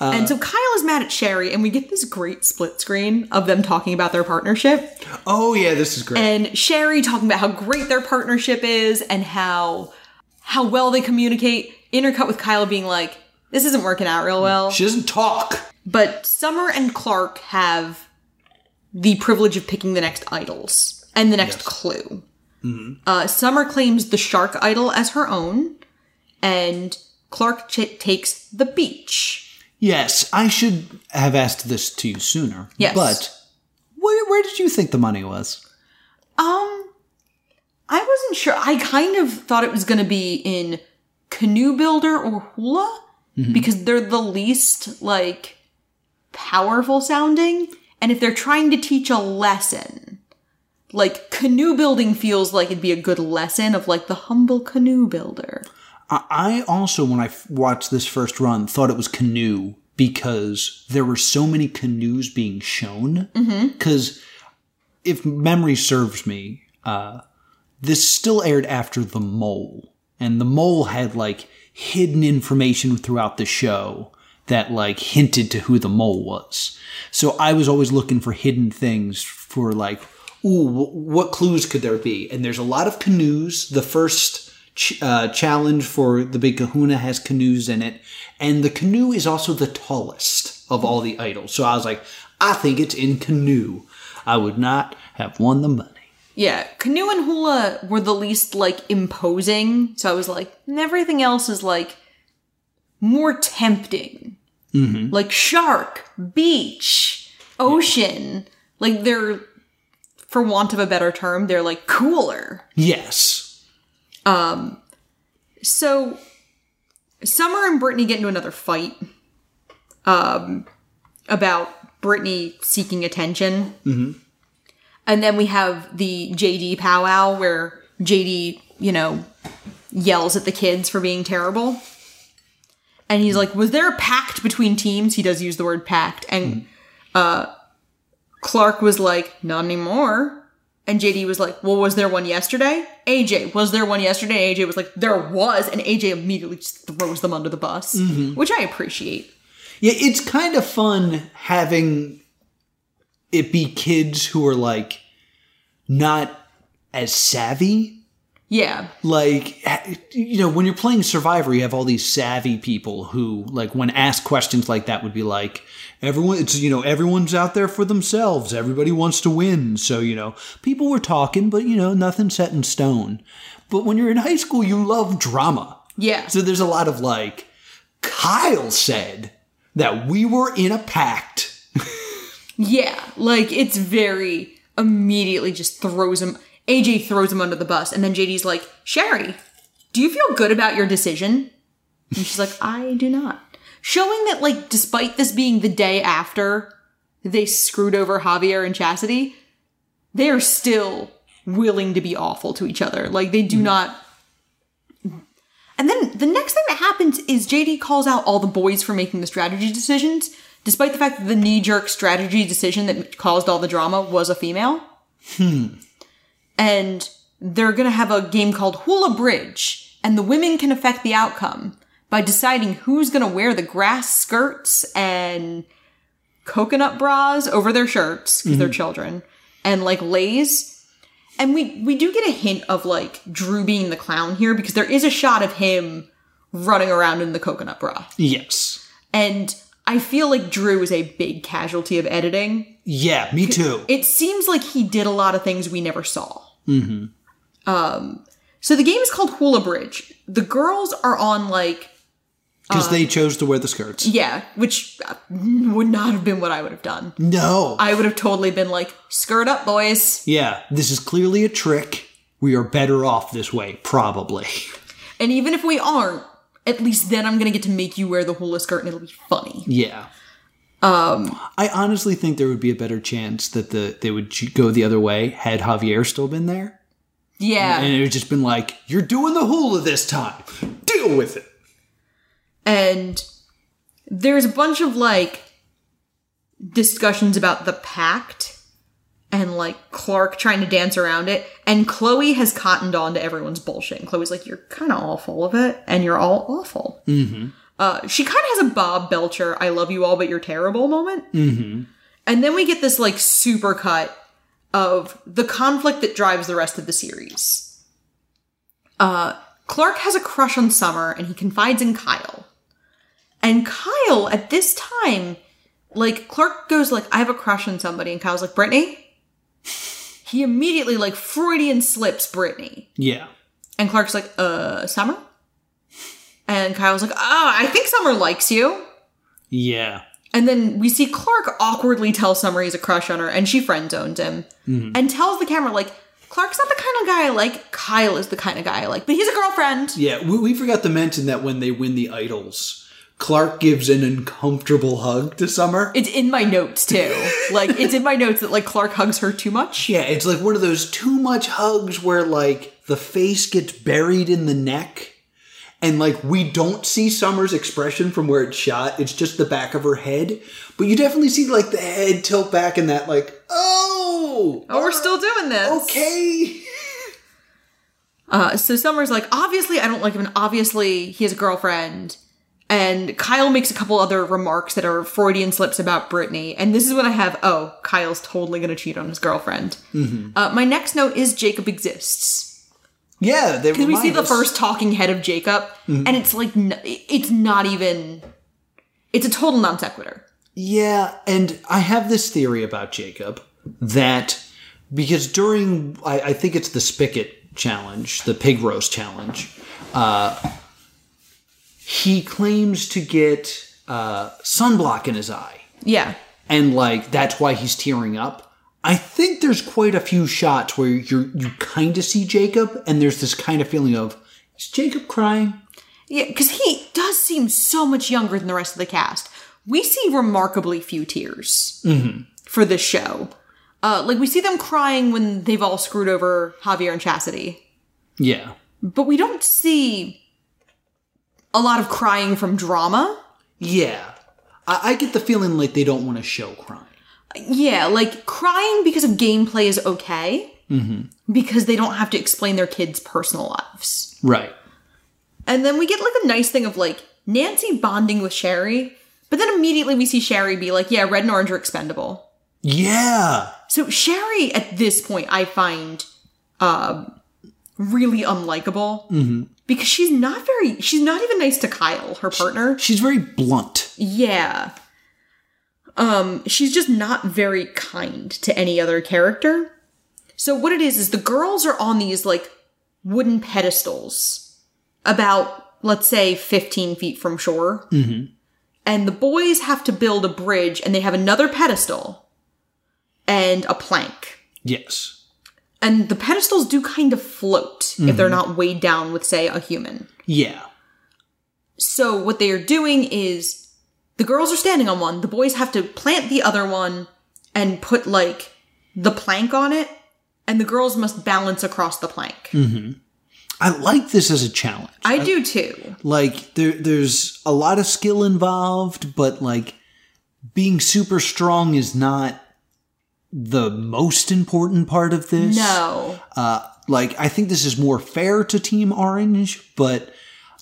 A: and so kyle is mad at sherry and we get this great split screen of them talking about their partnership
B: Oh yeah, this is great.
A: and sherry talking about how great their partnership is and how how well they communicate intercut with kyle being like this isn't working out real well
B: she doesn't talk.
A: but summer and clark have the privilege of picking the next idols and the next clue uh, summer claims the shark idol as her own and clark ch- takes the beach
B: Yes, I should have asked this to you sooner.
A: Yes.
B: But where, where did you think the money was?
A: Um, I wasn't sure. I kind of thought it was going to be in canoe builder or hula because they're the least like powerful sounding. And if they're trying to teach a lesson, like canoe building feels like it'd be a good lesson of like the humble canoe builder.
B: I I also, when I f- watched this first run, thought it was canoe because there were so many canoes being shown. Because if memory serves me, uh, this still aired after The Mole. And The Mole had like hidden information throughout the show that like hinted to who the mole was. So I was always looking for hidden things for like, ooh, wh- what clues could there be? And there's a lot of canoes. The first ch- uh, challenge for the Big Kahuna has canoes in it, and the canoe is also the tallest of all the idols. So I was like, I think it's in canoe. I would not have won the money.
A: Yeah, canoe and hula were the least like imposing, so I was like, "And everything else is like more tempting, like shark, beach, ocean. Like they're, for want of a better term, they're like cooler.
B: Yes.
A: So, Summer and Brittany get into another fight um, about Brittany seeking attention. Mm-hmm. And then we have the JD powwow where JD, you know, yells at the kids for being terrible. And he's like, Was there a pact between teams? He does use the word pact. And uh, Clark was like, Not anymore. And JD was like, Well, was there one yesterday? AJ, was there one yesterday? AJ was like, There was. And AJ immediately just throws them under the bus, which I appreciate.
B: Yeah, it's kind of fun having it be kids who are like not as savvy.
A: Yeah.
B: Like, you know, when you're playing Survivor, you have all these savvy people who, like, when asked questions like that, would be like, everyone, it's, you know, everyone's out there for themselves. Everybody wants to win. So, you know, people were talking, but, you know, nothing set in stone. But when you're in high school, you love drama.
A: Yeah.
B: So there's a lot of like, Kyle said that we were in a pact.
A: Yeah, like it's very immediately just throws him. AJ throws him under the bus, and then JD's like, Sherry, do you feel good about your decision? And she's like, I do not. Showing that, like, despite this being the day after they screwed over Javier and Chastity, they are still willing to be awful to each other. Like, they do not. And then the next thing that happens is JD calls out all the boys for making the strategy decisions, despite the fact that the knee jerk strategy decision that caused all the drama was a female. Hmm. And they're going to have a game called Hula Bridge, and the women can affect the outcome by deciding who's going to wear the grass skirts and coconut bras over their shirts because they're children and like lays and we we do get a hint of like Drew being the clown here because there is a shot of him running around in the coconut bra.
B: Yes.
A: And I feel like Drew is a big casualty of editing.
B: Yeah, me too.
A: It seems like he did a lot of things we never saw. Mm-hmm. Um so the game is called Hula Bridge. The girls are on like
B: Because they chose to wear the skirts.
A: yeah, which uh, would not have been what I would have done.
B: No.
A: I would have totally been like, "Skirt up, boys."
B: yeah, this is clearly a trick. We are better off this way, probably.
A: And even if we aren't, at least then I'm gonna get to make you wear the hula skirt and it'll be funny.
B: Yeah. Um, I honestly think there would be a better chance that the they would ch- go the other way had Javier still been there,
A: Yeah.
B: and it would just been like, "You're doing the hula this time. Deal with it."
A: and there's a bunch of like discussions about the pact and like Clark trying to dance around it and Chloe has cottoned on to everyone's bullshit. And Chloe's like, "You're kind of all full of it, and you're all awful." Mm-hmm. Uh, she kind of has a Bob Belcher, "I love you all, but you're terrible" moment. Mm-hmm. And then we get this like super cut of the conflict that drives the rest of the series. Uh, Clark has a crush on Summer and he confides in Kyle. And Kyle at this time, like Clark goes like, I have a crush on somebody, and Kyle's like, Brittany? He immediately like Freudian slips Brittany.
B: Yeah,
A: And Clark's like, uh, Summer? And Kyle's like, Oh, I think Summer likes you.
B: yeah,
A: And then we see Clark awkwardly tell Summer he's a crush on her, and she friend zoned him. And tells the camera, like, Clark's not the kind of guy I like, Kyle is the kind of guy I like, but he's a girlfriend.
B: yeah. We, we forgot to mention that when they win the idols, Clark gives an uncomfortable hug to Summer.
A: It's in my notes too. Like it's in my notes that like Clark hugs her too much.
B: yeah, it's like one of those too much hugs where like the face gets buried in the neck. And like we don't see Summer's expression from where it's shot. It's just the back of her head. But you definitely see like the head tilt back and that like, oh,
A: Oh, we're still doing this.
B: okay.
A: Uh, so Summer's like, obviously I don't like him, and obviously he has a girlfriend. And Kyle makes a couple other remarks that are Freudian slips about Brittany. And this is when I have, oh, Kyle's totally gonna cheat on his girlfriend.
B: Mm-hmm.
A: Uh, my next note is Jacob exists.
B: Yeah, they
A: Because we see
B: remind
A: the
B: us. Mm-hmm.
A: first talking head of Jacob, and it's like, n- it's not even, it's a total non sequitur.
B: Yeah, and I have this theory about Jacob that because during I, I think it's the spigot challenge, the pig roast challenge, uh, he claims to get uh, sunblock in his eye,
A: Yeah.
B: and like that's why he's tearing up. I think there's quite a few shots where you you kind of see Jacob, and there's this kind of feeling of is Jacob crying?
A: Yeah, because he does seem so much younger than the rest of the cast. We see remarkably few tears for this show. Uh, like, we see them crying when they've all screwed over Javier and Chastity,
B: Yeah,
A: but we don't see a lot of crying from drama.
B: yeah. I, I get the feeling like they don't want to show crying.
A: Yeah, like, crying because of gameplay is okay, because they don't have to explain their kids' personal lives.
B: Right.
A: And then we get like a nice thing of like Nancy bonding with Sherry, but then immediately we see Sherry be like, yeah, red and orange are expendable.
B: Yeah.
A: So Sherry, at this point, I find um, really unlikable because she's not very. She's not even nice to Kyle, her partner.
B: She's very blunt.
A: Yeah. Um, she's just not very kind to any other character. So what it is is the girls are on these like wooden pedestals about let's say 15 feet from shore. Mm-hmm. And the boys have to build a bridge and they have another pedestal and a plank.
B: Yes.
A: And the pedestals do kind of float if they're not weighed down with say a human.
B: Yeah.
A: So what they are doing is the girls are standing on one, the boys have to plant the other one and put like the plank on it, and the girls must balance across the plank.
B: Hmm. I like this as a challenge.
A: I do too.
B: like there there's a lot of skill involved but like being super strong is not the most important part of this
A: No.
B: uh like i think this is more fair to team orange but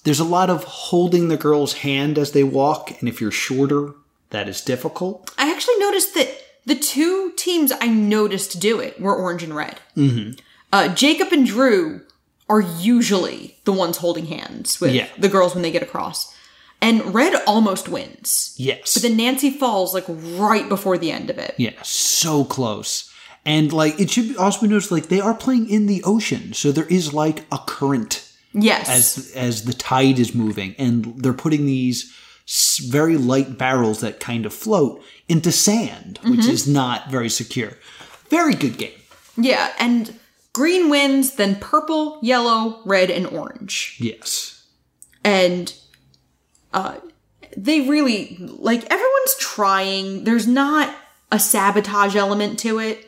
B: there's a lot of holding the girl's hand as they walk and if you're shorter that is difficult
A: I actually noticed that the two teams I noticed do it were orange and red. Mm-hmm. Uh, Jacob and Drew are usually the ones holding hands with
B: Yeah.
A: the girls when they get across. And red almost wins.
B: yes
A: But then Nancy falls like right before the end of it.
B: Yeah, so close. And like it should be also be noticed, like they are playing in the ocean, so there is like a current
A: Yes.
B: as as the tide is moving, and they're putting these s- very light barrels that kind of float into sand, which is not very secure. Very good game.
A: yeah, and green wins, then purple, yellow, red, and orange.
B: Yes.
A: And uh they really like everyone's trying. There's not a sabotage element to it.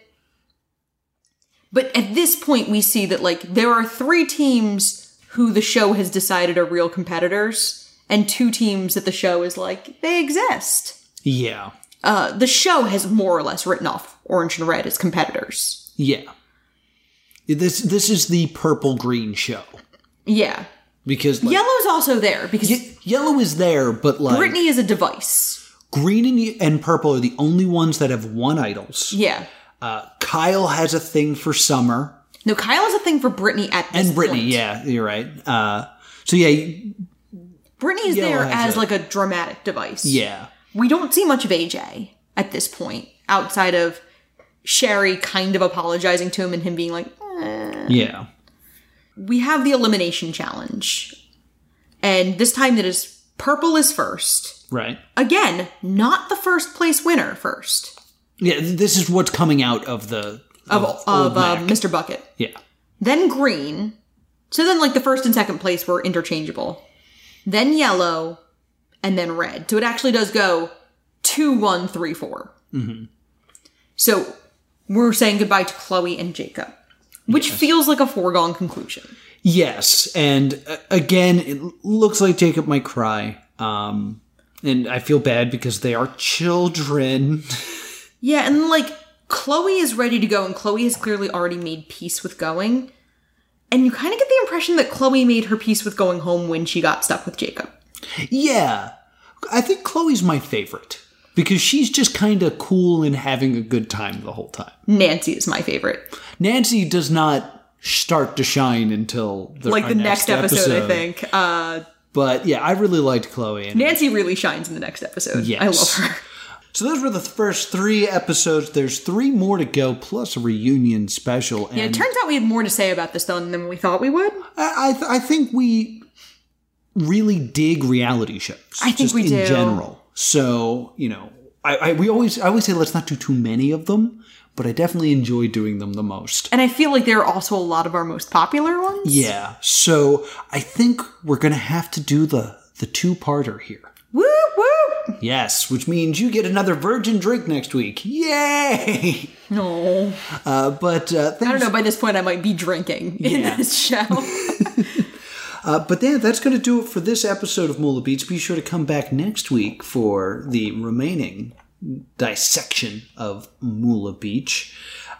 A: But at this point we see that like there are three teams who the show has decided are real competitors, and two teams that the show is like, they exist.
B: Yeah.
A: uh, the show has more or less written off Orange and Red as competitors.
B: Yeah. This this is the purple green show
A: Yeah.
B: because like,
A: Yellow's also there because
B: ye- yellow is there, but like
A: Brittany is a device.
B: green and, ye- and purple are the only ones that have one idols.
A: Yeah.
B: Uh, Kyle has a thing for summer
A: No, Kyle is a thing for Brittany at this
B: and Brittany.
A: point.
B: Yeah, you're right. Uh, so yeah,
A: Brittany is
B: Yellow
A: there
B: has
A: as
B: it.
A: like a dramatic device.
B: yeah,
A: We don't see much of AJ at this point outside of Sherry kind of apologizing to him and him being like, eh.
B: yeah,
A: we have the elimination challenge. And this time it is purple is first.
B: right.
A: Again, not the first place winner first.
B: Yeah, th- this is what's coming out of the
A: of,
B: Old
A: of uh,
B: Mac.
A: Mr. Bucket.
B: yeah,
A: Then green. So then, like, the first and second place were interchangeable. Then yellow, and then red. So it actually does go two, one, three, four.
B: Mm-hmm.
A: So we're saying goodbye to Chloe and Jacob, which feels like a foregone conclusion.
B: yes. And uh, again, it l- looks like Jacob might cry. Um, and I feel bad because they are children.
A: Yeah, and like Chloe is ready to go, and Chloe has clearly already made peace with going. And you kind of get the impression that Chloe made her peace with going home when she got stuck with Jacob.
B: yeah, I think Chloe's my favorite because she's just kind of cool and having a good time the whole time.
A: Nancy is my favorite.
B: Nancy does not start to shine until the,
A: like
B: our
A: the next, episode, I
B: episode.
A: think. Uh,
B: But yeah, I really liked Chloe. And
A: Nancy really shines in the next episode. I love
B: Yes.
A: her.
B: so those were the first three episodes. There's three more to go, plus a reunion special. And
A: Yeah, it turns out we had more to say about this though than we thought we would.
B: I, I, th- I think we really dig reality shows.
A: I think
B: just
A: we
B: in
A: do.
B: general. So you know, I, I we always I always say let's not do too many of them, but I definitely enjoy doing them the most.
A: And I feel like there are also a lot of our most popular ones.
B: Yeah. So I think we're gonna have to do the the two parter here.
A: Woo woo.
B: Yes, which means you get another virgin drink next week. Yay!
A: No.
B: Uh, but uh,
A: I don't
B: thanks,
A: know, by this point I might be drinking
B: Yeah.
A: in this show.
B: uh, but yeah, that's going to do it for this episode of Mola Beats. Be sure to come back next week for the remaining dissection of Mula Beach.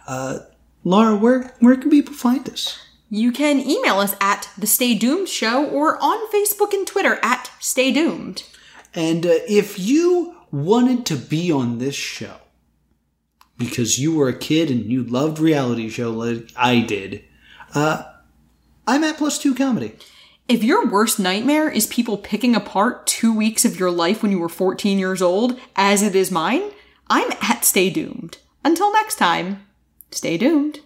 B: Uh, Laura, where where can people find us?
A: You can email us at the Stay Doomed Show or on Facebook and Twitter at Stay Doomed.
B: And uh, if you wanted to be on this show because you were a kid and you loved reality show like I did, uh, I'm at Plus Two Comedy.
A: If your worst nightmare is people picking apart two weeks of your life when you were 14 years old, as it is mine, I'm at Stay Doomed. Until next time, stay doomed.